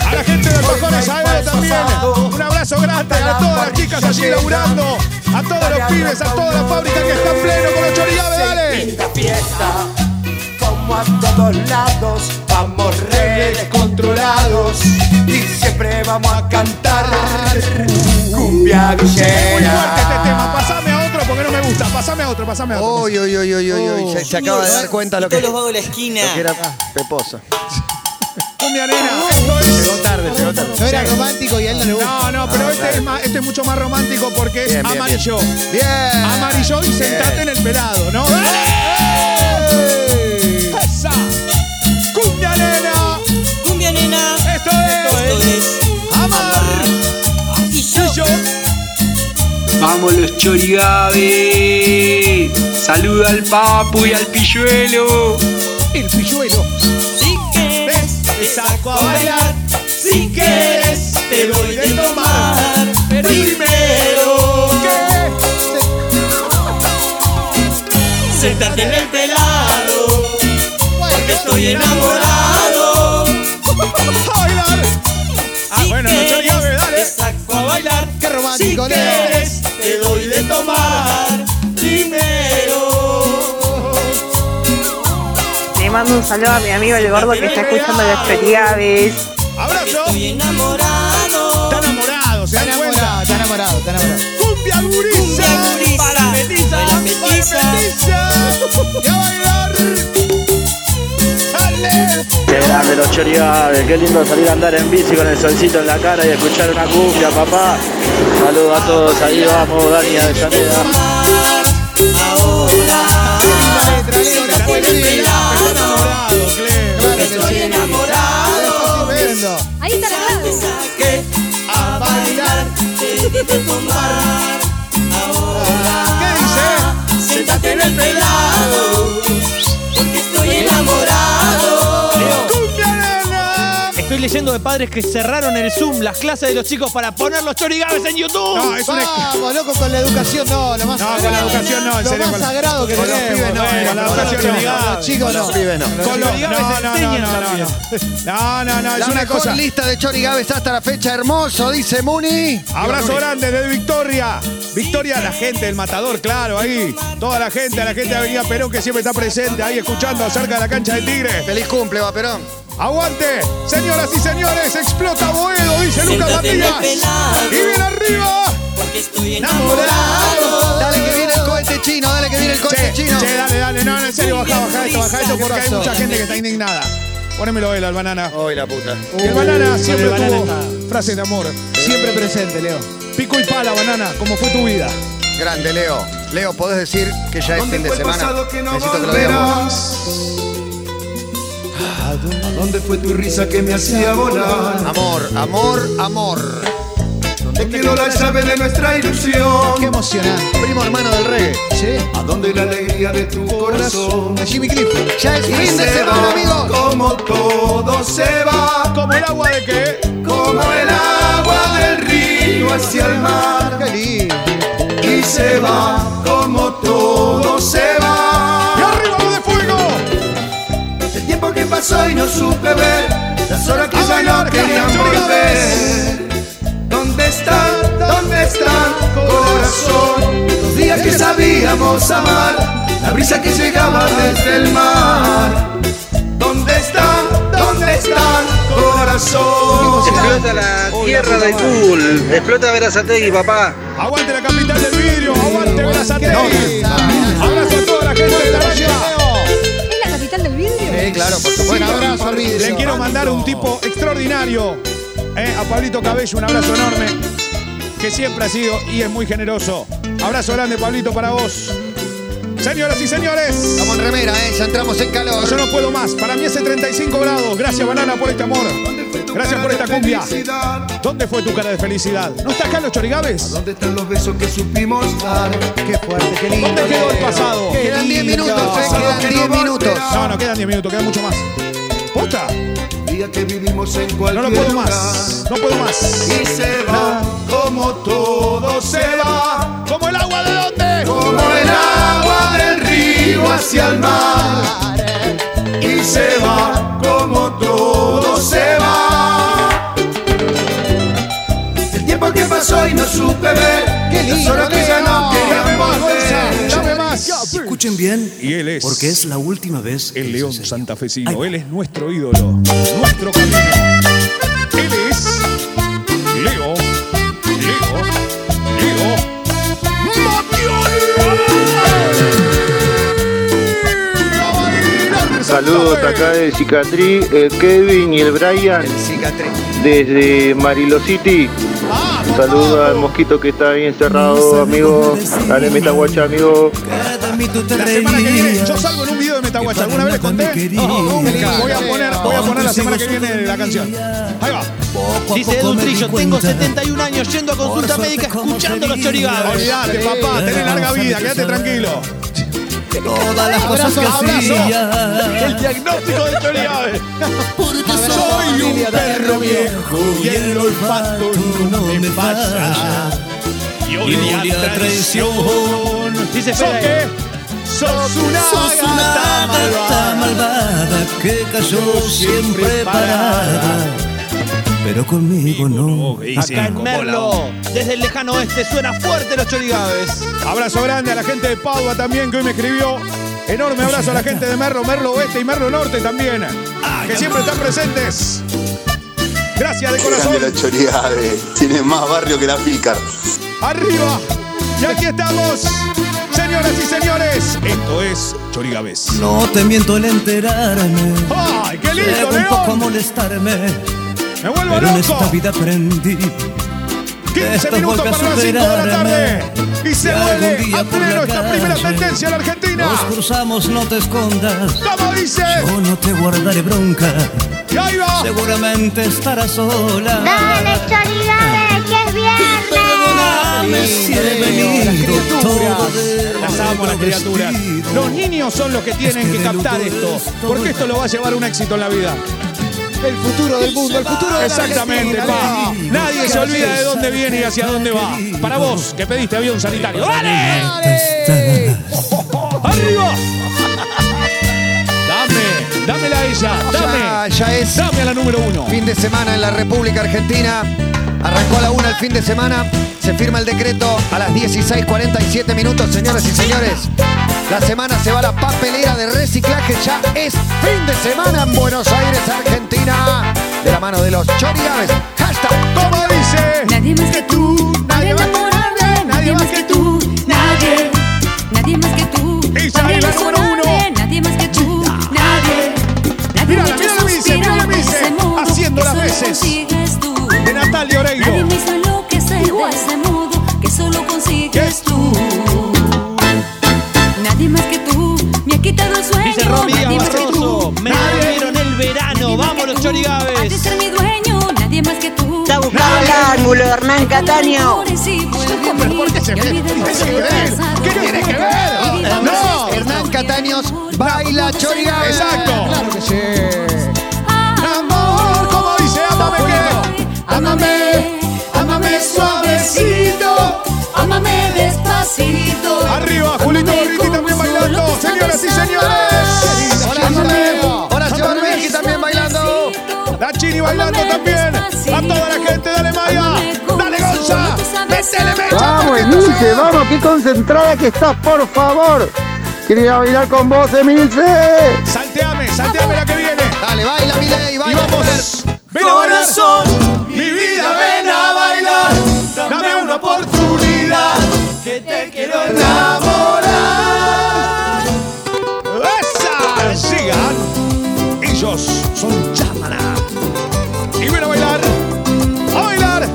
D: A la gente de Cojones Aéreos también. Un abrazo grande a todas las chicas allí laburando. A todos los pibes, a toda la fábrica que está en pleno con los chorigaves, dale.
I: Linda fiesta, como a todos lados, vamos re descontrolados y siempre vamos a cantar cumbia
D: Muy fuerte este
I: villera.
D: tema. Pasame a otro porque no me gusta. Pasame a otro, pasame a
I: Oh.
B: Uy,
D: otro.
B: uy, uy, uy, uy, uy. Se, se acaba de dar cuenta lo que,
H: Todos los
B: lo
H: vagos de la esquina.
B: que era Peposa.
D: Cumbia nena. Esto es.
B: Llegó tarde, llegó tarde.
R: No era romántico y a él no le gusta.
D: No, no, pero este es, más- este es mucho más romántico porque es
B: Bien, bien,
D: amarillo.
B: Bien.
D: Amarillo y sentate en el pelado, ¿no? ¡Ey! ¡Esa! ¡Cumbia nena!
H: Cumbia nena.
D: ¡Esto es!
H: Esto es
D: ¡Amar!
H: y yo.
K: Vamos los chorigaves. Saluda al papu y al pilluelo.
D: El pilluelo.
H: Si quieres te saco a bailar, si quieres te doy de tomar. Primero sentate en el pelado, porque estoy enamorado.
D: ¡Bailar! Ah,
H: Si
D: bueno, los
H: quieres,
D: chorigaves,
H: Te
D: dale.
H: saco a bailar,
R: Qué
H: si
R: romántico, Leo.
H: quieres te doy de tomar. Primero
S: Le mando un saludo a mi amigo el gordo que está escuchando las chorigaves.
H: porque
D: ¡Abrazo!
H: estoy enamorado.
D: Está enamorado, se
R: Está
D: dan
R: enamorado,
D: cuenta.
R: está enamorado, está enamorado.
D: ¡Cumbia gurisa!
H: Cumbia
D: ¡Para petiza!
H: para petiza.
D: ¡Y a bailar! ¡Dale!
K: Qué grande los chorigaves, qué lindo salir a andar en bici con el solcito en la cara y escuchar una cumbia, papá. Saludos a todos, ahí vamos, Dani Avellaneda.
H: Ahora,
R: Letra, Leo, no puede ser.
D: Enamorado, Cleo.
R: Claro que sí.
H: enamorado.
R: Estupendo.
S: Ahí está la
H: Te
S: clave.
H: saqué a bailar, te di de tomar. Ahora,
D: ¿Qué
H: Córtatelo el pelado, porque estoy enamorado.
E: Estoy leyendo de padres que cerraron el Zoom, las clases de los chicos para poner los chorigaves en YouTube.
D: No, Ah, es una-
B: Ah,
R: Vamos, loco, con la educación no, lo más
D: No,
R: sagrado.
D: con la educación no, en
R: Lo
D: serio,
R: más
D: con la-
R: sagrado que
D: con los
R: tenemos.
D: pibes no,
R: bueno,
D: con la
R: con los
D: educación no.
R: chorigabes,
D: Con
R: Los chicos no.
D: Con los-
E: chorigaves
D: no, no, no,
E: enseñan
D: no,
E: también.
D: no, no, no, no, es
B: La
D: una
B: mejor
D: cosa.
B: lista de chorigaves hasta la fecha, hermoso, dice Muni.
D: Abrazo grande de Victoria. Victoria a la gente del Matador, claro, ahí. Toda la gente, a la gente de Avenida Perón que siempre está presente ahí escuchando acerca de la cancha de Tigre.
B: Feliz cumple, va Perón.
D: Aguante, señoras y señores, explota Boedo, dice Lucas
H: Siéntate en el
D: Matías.
H: pelado.
D: Y viene arriba.
H: Porque estoy
B: Enamorado.
H: enamorado.
B: Dale que viene el cohete chino, dale que viene el cohete
D: Che,
B: chino.
D: che, dale, dale, no, no, en serio, baja, baja esto, baja esto porque hay mucha gente que está indignada. Ponémelo él al banana.
B: Hoy la puta.
D: Y el banana siempre
E: el banana
D: tuvo frase de amor.
R: Siempre presente, Leo.
D: Pico y pala, banana, como fue tu vida.
B: Grande, Leo. Leo, podés decir que ya es
I: ¿Dónde
B: fin de
I: fue el
B: semana.
I: pasado que no
B: Necesito que lo veamos.
I: volverás? ¿A dónde fue tu risa que me hacía volar?
B: Amor, amor, amor.
I: ¿Dónde quedó la llave de nuestra ilusión?
R: Qué emocionante.
B: Primo hermano del reggae.
R: Sí.
I: ¿A dónde la alegría de tu corazón?
R: De Jimmy Cliff.
B: Ya es
I: Y
B: fin de
I: se
B: semana,
I: va
B: amigos.
I: Como todo se va,
D: Como el agua de qué?
I: como el agua del río hacia el mar.
B: Qué lindo.
I: Y se va, como todo se va.
D: ¡Y arriba lo de fuego!
I: El tiempo que pasó y no supe ver Las horas que ya no querían volver ¿Dónde está? ¿Dónde está? Corazón Los días que sabíamos amar La brisa que llegaba desde el mar ¿Dónde está? ¿Dónde está? Corazón
K: Explota la tierra de Cool. Explota Verazategui, papá.
D: Aguante la capital del vidrio, aguante Verazategui. Abrazo a toda la gente de Naranja.
S: ¿Es la capital del vidrio?
B: Sí, claro, por
R: Un
B: supuesto.
R: abrazo al vidrio.
D: Le quiero mandar un tipo extraordinario eh, a Pablito Cabello, un abrazo enorme, que siempre ha sido y es muy generoso. Abrazo grande, Pablito, para vos. Señoras y señores,
B: Estamos en remera, ¿eh? Ya entramos en calor.
D: yo no puedo más. Para mí hace 35 grados. Gracias, Banana, por este amor. Gracias por esta cumbia.
I: Felicidad.
D: ¿Dónde fue tu cara de felicidad? ¿No está acá en los chorigaves?
I: ¿Dónde están los besos que supimos dar?
R: Qué fuerte, qué lindo.
D: ¿Dónde quedó el
R: Leo.
D: pasado?
R: Qué
B: Quedan 10
R: lindo.
B: minutos, eh,
I: Pasado
B: quedan
I: que
B: 10
I: no
B: minutos.
I: volverá.
D: No, no, quedan 10 minutos, queda mucho más. ¿Posta?
I: Día que vivimos en
D: No
I: cualquier
D: lo puedo
I: lugar.
D: más. No puedo más.
I: Y se va como todo se va,
D: ¿Como el agua de dónde?
I: como el agua del río hacia el mar. Y se va como todo se va. El tiempo que pasó y no supe ver,
R: Qué
I: las
R: lindo,
I: horas que ya no
R: Leo.
I: querían volver.
D: Dame más.
C: Escuchen bien,
D: Y él es-
C: porque es la última vez. que
D: El
C: les
D: león
C: enseño. Ahí
D: santafesino.
C: va.
D: Él es nuestro ídolo. Nuestro camino. Él es. Leo. Leo. Leo. Matioli.
K: Saludos acá de Cicatri, el eh, Kevin y el Brian
B: El cicatriz.
K: desde Marilo City.
B: pues.
K: Saludos al mosquito que está ahí encerrado, amigo. Dale meta guacha, amigo.
C: Cada mito te
D: La semana que viene,
C: reías.
D: yo salgo en un video de Metaguacha. ¿Alguna vez les conté?
C: No, nunca.
D: Voy a poner, voy a poner la semana que viene la canción. Ahí va.
C: Poco a
E: Dice
C: poco
E: Edu
C: me di
E: Trillo,
C: cuenta.
E: tengo 71 años yendo a consulta
C: suerte
E: médica
C: como
E: escuchando
C: te
E: los
C: vi.
E: chorigaves.
D: Olvídate, papá. Tenés larga vida. Quédate tranquilo.
C: Todas las cosas
R: Abrazo,
C: que
R: abrazo.
C: hacía.
D: El diagnóstico de Chorigabe.
C: Porque
D: Soy un perro viejo y el olfato no me falla. Y odia traición.
E: Dice
D: ¿Sos
E: Fede.
D: qué? Sos una
C: Sos una
D: gata
C: gata
D: malvada.
C: malvada que cayó siempre parada. Pero conmigo no.
E: Acá en Merlo, desde el lejano oeste, suena fuerte los chorigaves.
D: Abrazo grande a la gente de Padua también que hoy me escribió. Enorme abrazo a la gente de Merlo, Merlo Oeste y Merlo Norte también, que siempre están presentes. Gracias de
T: Grande la
D: corazón.
T: choriade, tiene más barrio que la Pícar.
D: Arriba. Y aquí estamos, señoras y señores. Esto es Chorigaves.
C: No te miento el enterarme.
D: ¡Ay, qué lindo,
C: Llegó un poco a
D: León!
C: molestarme.
D: ¡Me vuelvo
C: Pero en esta
D: loco!
C: vida aprendí
D: 15
C: esto
D: minutos
C: vuelve a
D: para las 5 de la tarde.
C: superarme.
D: Y se
C: Y algún
D: vuelve
C: día
D: a
C: por
D: tener
C: la
D: nuestra primera
C: calle
D: tendencia en la Argentina.
C: Nos cruzamos, no te escondas
D: ¡Como dice!
C: Yo no te guardaré bronca
D: ¡Y ahí va!
C: Seguramente estarás sola
F: Dale, Chorigabe, que es viernes.
E: Nada me sirve
D: Las criaturas. Las amo, las criaturas. Los niños son los que tienen que captar esto. Porque esto lo va a llevar a un éxito en la vida.
R: El futuro del mundo, el futuro de la
D: Exactamente, pa.
R: Argentina.
D: Nadie se olvida de dónde viene y hacia dónde va. Para vos, que pediste avión sanitario. ¡Dale! ¡Arriba! Dame, dámela a ella,
B: Ya,
D: dame.
B: ya es.
D: Dame a la número uno.
B: Fin de semana en la República Argentina. Arrancó a la una el fin de semana. Se firma el decreto a las 16.47 minutos, señoras y señores. La semana se va a la papelera de reciclaje. Ya es fin de semana en Buenos Aires, Argentina. De la mano de los chorigaves. Hashtag, como dice.
N: Nadie más que tú, nadie va a enamorarme, nadie más que tú, nadie, nadie más que tú,
D: Y
N: nadie
D: sale la número
N: razonable, nadie más que tú, nadie, nadie
D: Mírala,
N: me hizo
D: mírala, Mice, mírala,
N: suspirar de
D: Mice,
N: ese modo
D: haciendo
N: que
D: las
N: solo
D: veces.
N: consigues tú.
D: De Natalia Oreiro.
N: Nadie me hizo enloquecer de ese modo que solo consigues tú. Nadie más que tú me ha quitado el sueño,
E: Dice Romy
N: nadie más que
E: Barroso.
N: tú,
E: Me
N: nadie.
E: dieron el verano. Vámonos,
N: Has de
E: Chorigaves.
N: ser mi dueño, nadie más que tú.
U: Está buscando el ángulo, Hernán Cataño.
N: ¿Por qué se
B: ¿Qué tiene que ver? No, Hernán Cataños baila chorigaves.
D: Exacto.
B: Claro que sí.
D: Amor, como dice, ámame que.
N: Ámame, ámame suavecito, ámame despacito.
D: Arriba, Julito Borriti también bailando. Señoras y señores.
B: Horacio Barbeski también bailando.
D: La Chini bailando también. A toda la gente, dale Maya. Dale Gonza. Métele mecha.
V: Vamos,
D: porque
V: Emilce, vamos, qué concentrada que estás, por favor. Quería bailar con vos, Emilce.
D: Salteame, salteame la que viene.
B: Dale, baila, Milei,
D: Y
B: baila.
D: vamos. Ven a bailar.
I: Corazón, mi vida, ven a bailar. Dame una oportunidad que te quiero enamorar.
D: ¡Esa! Sigan. Ellos son chamana. Y ven a bailar. A bailar.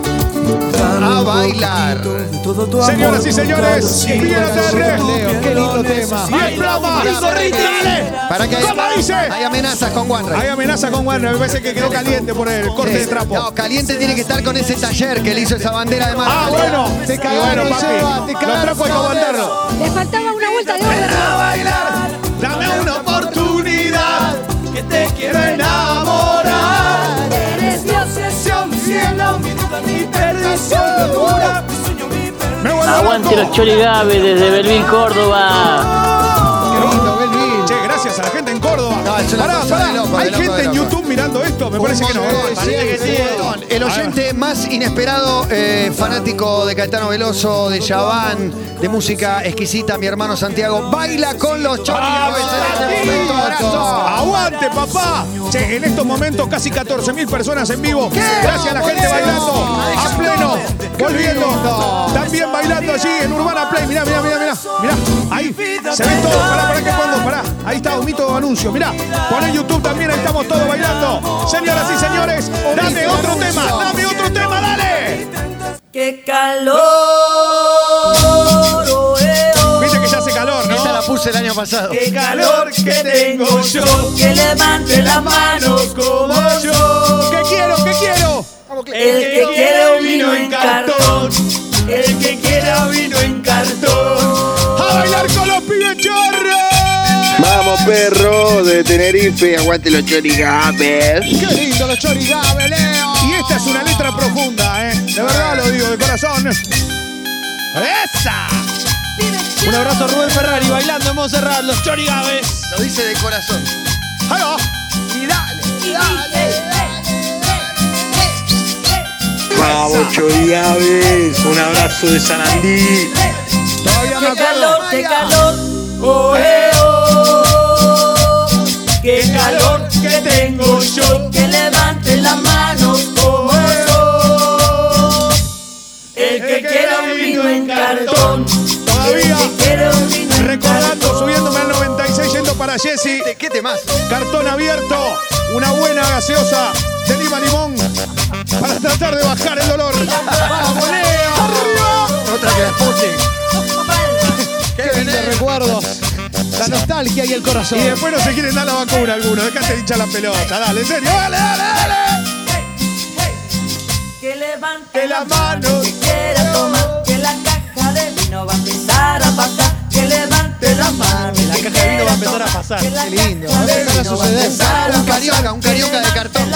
B: A bailar.
H: Todo tu
D: Señoras y señores. Bien la
R: Leo, qué lindo tema.
D: ¡Ay, broma! ¡Dale!
B: Para que hay,
D: ¿Cómo dice?
B: hay amenazas con Wanra.
D: Hay amenaza con Warner. Me parece que quedó caliente por el corte de trapo.
B: No, caliente tiene que estar con ese taller que le hizo esa bandera de
D: Ah,
B: Marta.
D: bueno.
R: Te
D: Y
R: cagaron,
D: bueno,
R: Seba,
D: papi.
R: te
D: Los
R: cagaron.
D: trapos hay que aguantarlos.
G: Le faltaba una vuelta de hora.
D: Dame una
I: Oportunidad que te quiero enamorar.
N: Eres mi obsesión,
I: Mi cielo, mi duda, mi perdición, locura, mi sueño, mi
D: Me voy a
K: Aguante los chorigaves desde Berlín, Córdoba.
D: Che, gracias a la gente en Córdoba.
B: No, es una
D: Pará,
B: cosa de
D: pará.
B: loco, de
D: Hay
B: loco, de
D: gente en
B: loco.
D: YouTube mirando esto. Me parece que no.
B: montón,
D: ¿eh?
B: sí, un montón. El oyente más inesperado, eh, fanático de Caetano Veloso, de Chaván, de música exquisita, mi hermano Santiago, baila con los chorigaves en este momento. Abrazo.
D: ¡Aguante, papá! Che, en estos momentos casi 14.000 personas en vivo. Gracias a la gente bailando. A pleno. Volviendo. También bailando allí en Urbana Play. Mirá, mirá, mirá, mirá. Mirá. Ahí. Se ve todo. Pará, pará, que pongo. Pará. Ahí está, omito anuncio. Mirá. Poné YouTube también. Ahí estamos todos bailando. Señoras y señores, dame otro tema. Dame otro tema. Dale.
N: ¡Qué calor!
D: Viste que ya hace calor,
B: Esa la
D: ¿no?
B: puse el año pasado.
I: Qué calor que tengo yo,
N: Que levante
I: las manos como yo.
D: ¿Qué quiero? ¿Qué quiero?
I: El que quiera vino en cartón, el que quiera vino en cartón.
D: ¡A bailar con los pibes chorros!
M: Vamos, perro de Tenerife, aguante los chorigapes.
D: ¡Qué lindo los chorigabe, Leo! Y esta es una letra profunda, ¿eh? De verdad lo digo, de corazón. ¡Esa!
E: Un abrazo a Rubén Ferrari bailando en Montserrat. Los Chorigaves.
B: Lo dice de corazón.
D: ¡Ahí va!
B: Y dale, y dale.
K: Vamos, chorigaves. Un abrazo de San Andí.
D: Todavía me acuerdo.
B: ¡Qué calor!
I: Oh, eh, oh. Qué calor que tengo yo,
N: Que levante las manos
I: oh, eh, oh. El que quiera vino en cartón,
D: Todavía
N: Quiero un vino en
D: recordando, subiéndome al 96, yendo para Jessy.
B: ¿Qué temas?
D: Cartón abierto. Una buena gaseosa de lima limón. Para tratar de bajar el dolor. ¡Vamos, Leo!
B: Otra que la puse.
R: Qué lindos recuerdos. La nostalgia y el corazón.
D: Y después no se quieren dar la vacuna alguno. Dejate de hinchar la pelota. Dale, en serio. ¡Dale, dale, dale!
N: Que levante
I: que la mano
N: quiera tomar
W: zarapata, que levante la mano.
E: La caja de vino va a empezar a pasar. Qué lindo.
R: Va a empezar a suceder.
B: Un carioca, un carioca de cartón.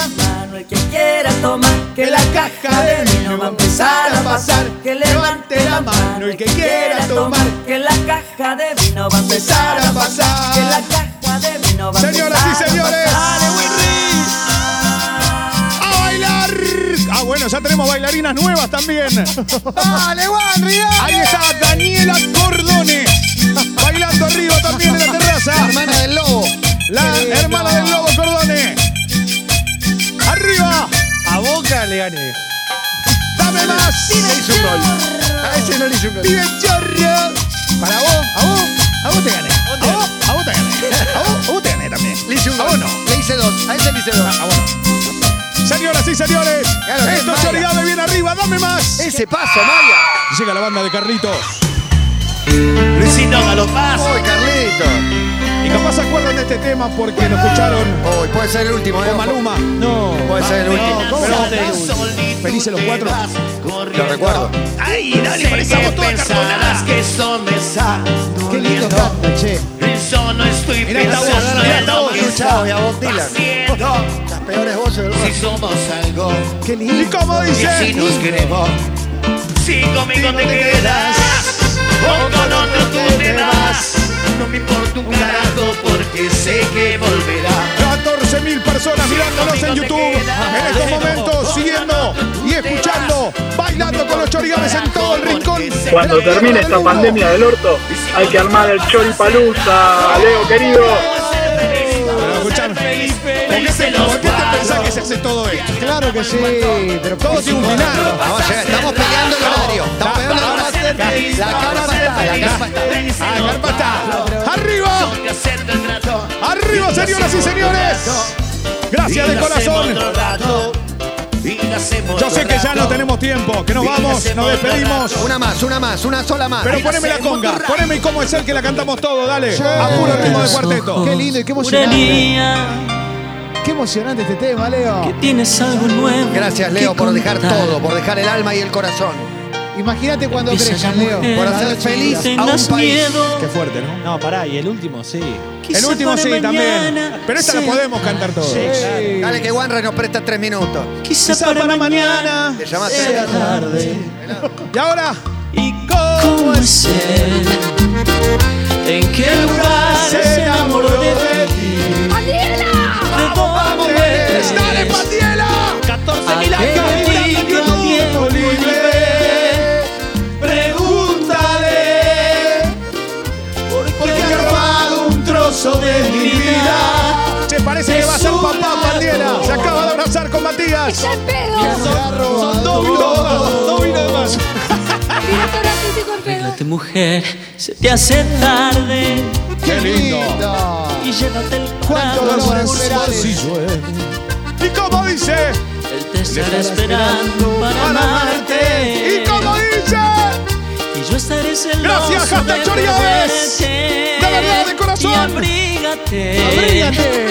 W: Que quiera tomar, que la caja de vino va a empezar a pasar. Que levante la mano el que quiera tomar. Que la caja de vino va a empezar a pasar. Que la caja de vino va a empezar a
D: Señoras
W: pasar.
D: y señores.
W: Dale, Willy.
D: ¡A bailar! Ah, bueno, ya tenemos bailarinas nuevas también.
R: ¡Dale, Wanry!
D: Ahí está Daniela Cordone. Bailando arriba también en la terraza.
B: La hermana del lobo.
D: La
E: Qué lindo.
D: hermana del lobo Cordone. Arriba.
E: A Boca le gané.
D: Dame más.
B: Hizo un gol.
D: Ah,
B: A ese no le hizo un gol.
D: Vive Chorro.
E: Para vos.
D: A vos. A vos te gané. A vos. A vos te gané. A vos. A vos te gané también.
B: Le hice un
D: A
B: gol.
D: vos no.
B: Le hice dos. A ese le hice dos.
D: Ah, bueno. Señoras y señores,
B: Claro,
D: esto es
B: Maya.
D: Chorigabe bien arriba, dame más.
B: Ese paso, Maya.
D: Llega la banda de Carlitos.
E: Luisito Galopazo.
B: Uy, Carlito.
D: Y capaz se acuerdan de este tema porque lo escucharon
B: Uy, puede ser el último, ¿eh?
D: con Maluma.
E: No.
B: Puede ser el último.
E: ¿Cómo va a ser el último?
D: Felices los cuatro.
B: Lo recuerdo.
E: Ay, dale, parecemos toda cartonada.
R: Qué lindo canta, che.
E: Mirá esta voz, mirá esta voz.
B: Chao, y a Bob Dylan. Las peores voces del mundo.
R: Qué
D: ¿Y
R: lindo.
D: cómo dice?
W: Si conmigo te quedas o con otro tú te vas, no me importa un carajo porque sé que volverás.
D: 14 mil personas mirándonos en YouTube en estos momentos, siguiendo y escuchando, bailando con los chorigames en todo el rincón.
K: Cuando termine esta pandemia del orto, hay que armar el choripalusa, Leo querido.
D: Pero escuchame, ¿por qué te, por qué te pensás que se hace todo esto?
R: Claro que sí. Pero
D: Todo tiene un final.
B: Vamos a llegar. Estamos peleando el horario. Estamos peleando el horario. La carpa está, la carpa está.
D: Ah, carpa está. ¡Arriba! ¡Arriba, señoras y señores! Gracias de corazón. Yo sé que ya no tenemos tiempo, que nos vamos, nos despedimos.
B: Una más, una más, una sola más.
D: Pero poneme la conga, poneme y cómo es el que la cantamos todo, dale. A puro ritmo de cuarteto.
R: Qué lindo y qué emocionante.
W: Uranía,
R: Qué emocionante este tema, Leo.
W: tienes algo nuevo.
B: Gracias, Leo,
W: que
B: por dejar
W: contar.
B: todo, por dejar el alma y el corazón.
R: Imagínate cuando
W: Empieza
R: crezcan,
W: la
R: Leo.
W: mujer.
B: Por
R: La
B: hacer
R: noche
B: feliz
R: y
B: a un
W: Tengas
B: país.
W: miedo.
D: Qué fuerte, ¿no?
E: No, pará, y el último sí.
D: El
W: Quizá
D: último
W: para
D: sí,
W: mañana
D: también. Pero esta la
W: sea-
D: podemos cantar todos.
B: Dale que Wanra nos presta tres minutos.
W: Quizá,
D: Quizá
W: para, mañana
B: Te llamas
W: sea tarde.
D: Y ahora,
W: ¿Y cómo es él? ¿En qué lugar se enamoró de ti? ¿De dónde?
D: ¡Dale, Patiela!
E: 14 mil
W: Aquel niño a tiempo libre. Pregúntale por qué ha robado un trozo de mi vida.
D: Che, parece que va a ser papá, Patiela. Se acaba de abrazar con Matías.
G: ¡Ya pedo!
E: Son dos vinos de más, dos vinos de más.
G: Director artístico en pedo.
W: Llévate, mujer, se te hace tarde
D: ¡Qué lindo!
W: y llévate el
R: ¿Cuánto
W: paraguas.
R: dolor en funerales?
D: ¿Y cómo dice?
W: Él te estará esperando para
D: Para
W: amarte.
D: ¿Y cómo dice?
W: Y yo estaré celoso
D: Gracias, hashtag
W: de
D: Chorigaves.
W: perderte.
D: De verdad, de corazón.
W: Y abrígate.
D: ¡Abrígate!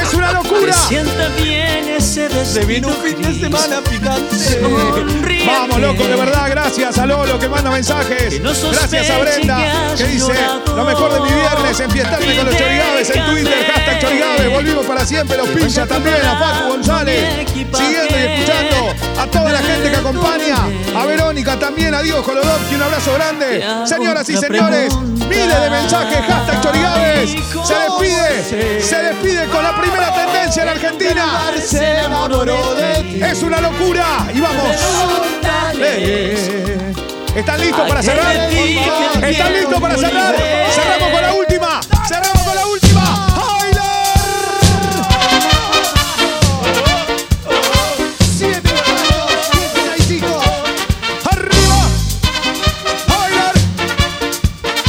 D: ¡Es una locura!
W: Sienta bien ese
E: Se
W: vestido
E: vino un fin de
W: gris.
E: semana picante.
W: Sonríete.
D: Vamos, loco, de verdad, gracias a Lolo que manda mensajes.
W: Que no sospeche
D: Gracias a Brenda
W: que
D: que dice:
W: llorado.
D: Lo mejor de mi viernes, enfiestarme con los chorigaves en Twitter, hashtag chorigaves. Volvimos para siempre, los pincha también a Paco González. Siguiendo y escuchando a toda la gente que acompaña, a Verónica también, a Diego Kolodowski, un abrazo grande. Señoras y señores, miles de mensajes, hashtag chorigaves. Se despide, se despide con la primera tendencia en Argentina.
E: Se enamoró de ti.
D: Es una locura y vamos. Eh, ¿Están listos para cerrar? ¿Están listos para cerrar? Cerramos con la última. Cerramos con la última. ¡A bailar! ¡Arriba! ¡A bailar!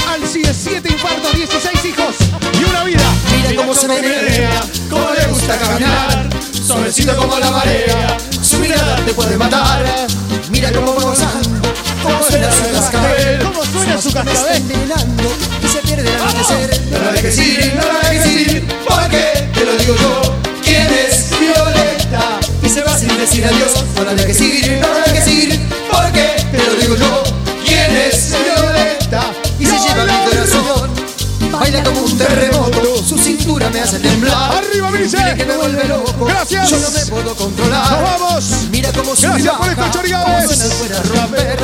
R: Al CIE, 7 infartos, 16 hijos.
D: Y una vida.
C: Mira cómo se menea, cómo le gusta caminar, suavecito como la marea, su mirada te puede matar. Mira cómo goza, cómo suena su cascabel,
R: ¿Cómo suena su cascabel?
C: y se pierde el amanecer. No la dejes ir, no la dejes ir, porque te lo digo yo, quién es Violeta. Y se va sin decir adiós, no la dejes ir, no la dejes ir, porque te lo digo yo, quién es Violeta. Y se
D: dice.
C: Dile que me vuelve loco.
D: Gracias.
C: Yo no me puedo controlar.
D: Nos vamos.
C: Mira cómo sube y
D: Gracias por
C: baja,
D: esto,
C: como
D: Chorigaves.
C: suena el fuera romper.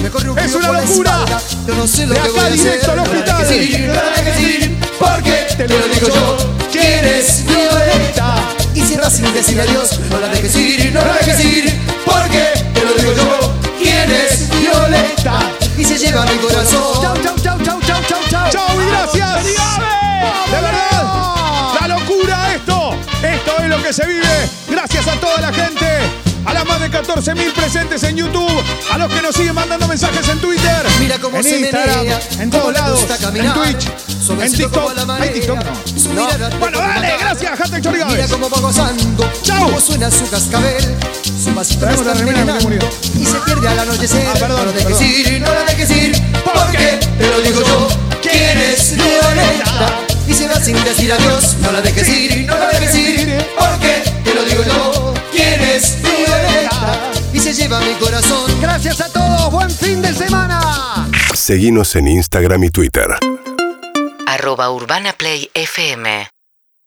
C: Me corre un
D: Es
C: frío
D: una
C: por la
D: locura.
C: espalda. Yo no sé lo
D: De
C: que
D: acá
C: voy a
D: directo
C: hacer.
D: al hospital.
C: Claro que sí, claro que sí, Porque te lo digo yo. ¿Quieres violeta? Y cierra sin decir adiós. No la dejes ir, no la dejes ir. Porque te lo digo yo. ¿Quieres violeta? Y se lleva mi corazón.
D: Chau, chau, chau, chau, chau, chau, chau. Chau y gracias. De verdad, la locura esto. Esto es lo que se vive. Gracias a toda la gente. A las más de 14.000 presentes en YouTube, a los que nos siguen mandando mensajes en Twitter,
C: Mira cómo
D: en
C: se
D: Instagram,
C: menea,
D: en
C: cómo
D: todos
C: le
D: lados,
C: gusta
D: en
C: caminar,
D: Twitch, en
C: suavecito
D: TikTok.
C: como la marea.
D: ¿Hay TikTok?
C: Su
D: No.
C: mirada
D: No.
C: te
D: Bueno,
C: puede
D: dale,
C: matar.
D: gracias, hashtag Chorigaves.
C: Mira cómo va gozando.
D: Chau.
C: Cómo suena su cascabel. Su pasito
D: Traemos
C: está
D: la remera que
C: envenenando
D: murió.
C: Y se pierde al anochecer.
D: Ah, perdón,
C: no la dejes
D: perdón.
C: ir, no la dejes ir. Porque te lo digo yo. ¿Quién es Violeta? Y se va sin decir adiós. No la dejes ir, no la dejes ir. Porque te lo digo yo. ¿Quién es Violeta? Y se lleva mi corazón.
B: Gracias a todos. Buen fin de semana.
X: Seguinos en Instagram y Twitter.
Y: Arroba Urbana Play FM